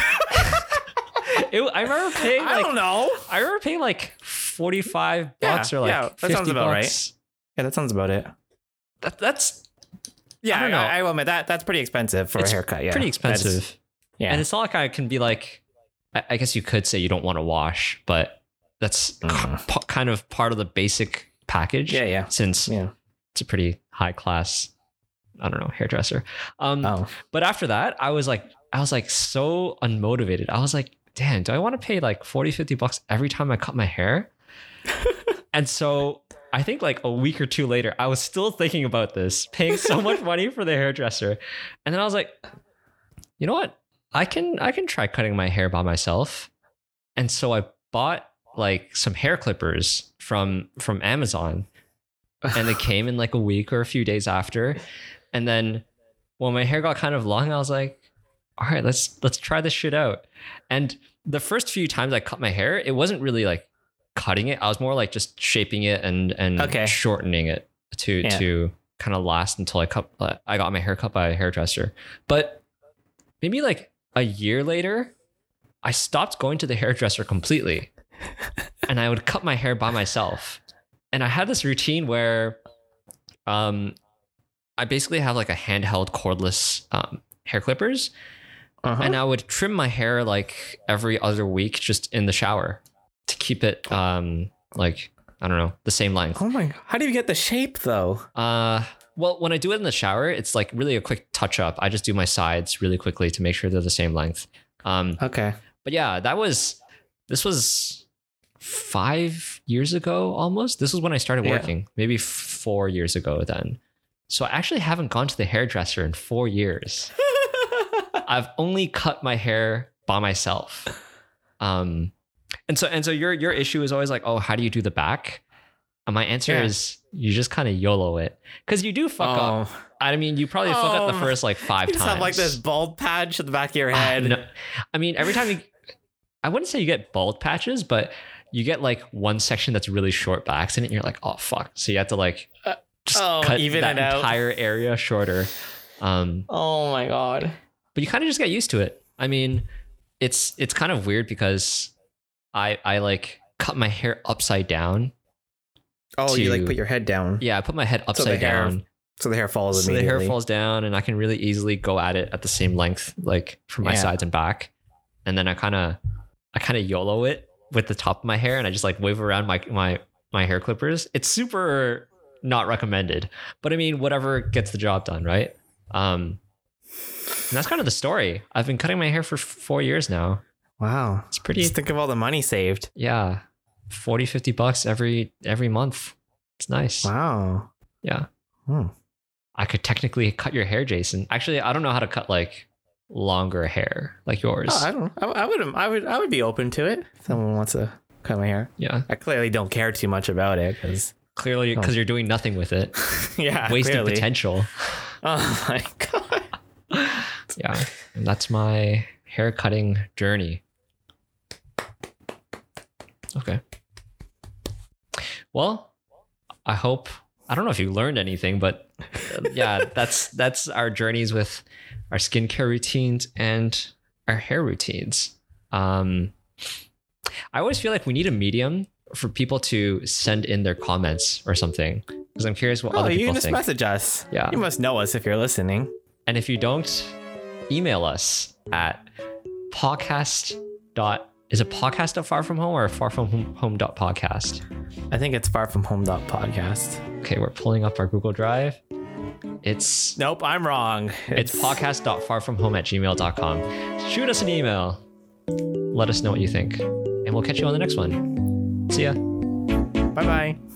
Speaker 1: it I remember paying
Speaker 2: I
Speaker 1: like
Speaker 2: don't know.
Speaker 1: I remember paying like 45
Speaker 2: Yeah,
Speaker 1: bucks or like
Speaker 2: yeah, that
Speaker 1: 50
Speaker 2: sounds about right.
Speaker 1: bucks.
Speaker 2: Yeah, that sounds about it.
Speaker 1: That, that's
Speaker 2: Yeah,
Speaker 1: I
Speaker 2: I
Speaker 1: don't know.
Speaker 2: I, will admit that that's pretty expensive for
Speaker 1: It's
Speaker 2: a haircut. Yeah,
Speaker 1: pretty
Speaker 2: That's-
Speaker 1: expensive.
Speaker 2: yeah,
Speaker 1: And it's not like I can be like, I, I guess you could say you don't want to wash, but that's
Speaker 2: Mm.
Speaker 1: k- p- kind of part of the basic package.
Speaker 2: yeah, yeah,
Speaker 1: Since
Speaker 2: yeah.
Speaker 1: it's a pretty high class, I don't know, hairdresser. Um,
Speaker 2: Oh,
Speaker 1: But after that, I was like, I was like so unmotivated. I was like, damn, do I want to pay like 40, 50 bucks every time I cut my hair? and so I think like a week or two later, I was still thinking about this, paying so much money for the hairdresser. And then I was like, you know what? I can I can try cutting my hair by myself. And so I bought like some hair clippers from from Amazon. And they came in like a week or a few days after. And then when my hair got kind of long, I was like, all right, let's let's try this shit out. And the first few times I cut my hair, it wasn't really like cutting it. I was more like just shaping it and and
Speaker 2: Okay.
Speaker 1: shortening it to
Speaker 2: Yeah.
Speaker 1: to kind of last until I cut uh, I got my hair cut by a hairdresser. But maybe like a year later, I stopped going to the hairdresser completely. and I would cut my hair by myself. And I had this routine where um I basically have like a handheld cordless um, hair clippers,
Speaker 2: uh-huh.
Speaker 1: and I would trim my hair like every other week, just in the shower, to keep it um like I don't know the same length.
Speaker 2: oh my! How do you get the shape though?
Speaker 1: Uh, well, when I do it in the shower, it's like really a quick touch up. I just do my sides really quickly to make sure they're the same length. Um,
Speaker 2: Okay.
Speaker 1: but yeah, that was this was five years ago almost. This was when I started
Speaker 2: Yeah.
Speaker 1: working, maybe four years ago then. So I actually haven't gone to the hairdresser in four years. I've only cut my hair by myself. Um, and so and so your your issue is always like, oh, how do you do the back? And my answer
Speaker 2: Yeah.
Speaker 1: is you just kind of YOLO it because you do fuck up. I mean, you probably fuck up the
Speaker 2: Oh.
Speaker 1: first like five
Speaker 2: You just
Speaker 1: times.
Speaker 2: have like this bald patch at the back of your
Speaker 1: Ah,
Speaker 2: head.
Speaker 1: no. I mean, every time you, I wouldn't say you get bald patches, but you get like one section that's really short by accident. And you're like, oh fuck! So you have to like
Speaker 2: Uh,
Speaker 1: just
Speaker 2: oh,
Speaker 1: cut
Speaker 2: even
Speaker 1: that
Speaker 2: it out.
Speaker 1: entire area shorter. Um,
Speaker 2: Oh my god.
Speaker 1: but you kind of just get used to it. I mean, it's it's kind of weird because I I like cut my hair upside down.
Speaker 2: Oh, you
Speaker 1: To-
Speaker 2: like put your head down,
Speaker 1: Yeah, I put my head
Speaker 2: the
Speaker 1: upside
Speaker 2: hair
Speaker 1: down.
Speaker 2: so the hair falls
Speaker 1: so the hair
Speaker 2: immediately.
Speaker 1: falls down and i can really easily go at it at the same length like from my
Speaker 2: Yeah.
Speaker 1: sides and back and then i kind of i kind of yolo it with the top of my hair and i just like wave around my my my hair clippers it's super not recommended but i mean whatever gets the job done right um and that's kind of the story i've been cutting my hair for f- four years now
Speaker 2: Wow.
Speaker 1: it's pretty
Speaker 2: Just think of all the money saved.
Speaker 1: yeah 40 50 bucks every every month it's nice
Speaker 2: Wow.
Speaker 1: Yeah.
Speaker 2: Hmm.
Speaker 1: I could technically cut your hair, Jason. Actually, I don't know how to cut like longer hair like yours.
Speaker 2: Oh, I don't. I, I would. I would. I would be open to it. If someone wants to cut my hair.
Speaker 1: yeah,
Speaker 2: I clearly don't care too much about it because
Speaker 1: clearly because you're doing nothing with it,
Speaker 2: yeah,
Speaker 1: wasting
Speaker 2: clearly.
Speaker 1: potential.
Speaker 2: Oh my god.
Speaker 1: Yeah, and that's my hair cutting journey. Okay. Well, I hope I don't know if you learned anything, but uh, yeah, that's that's our journeys with our skincare routines and our hair routines. Um, I always feel like we need a medium for people to send in their comments or something because I'm curious what
Speaker 2: Oh,
Speaker 1: other
Speaker 2: you
Speaker 1: people
Speaker 2: can just
Speaker 1: think.
Speaker 2: message us.
Speaker 1: Yeah.
Speaker 2: You must know us if you're listening.
Speaker 1: And if you don't, email us at podcast dot is it podcast dot far from home or far from home, home dot podcast?
Speaker 2: I think it's far from home dot podcast.
Speaker 1: Okay, we're pulling up our Google Drive. It's
Speaker 2: Nope, I'm wrong.
Speaker 1: it's podcast dot far from home at gmail.com. Shoot us an email. Let us know what you think. And we'll catch you on the next one. See ya.
Speaker 2: Bye bye.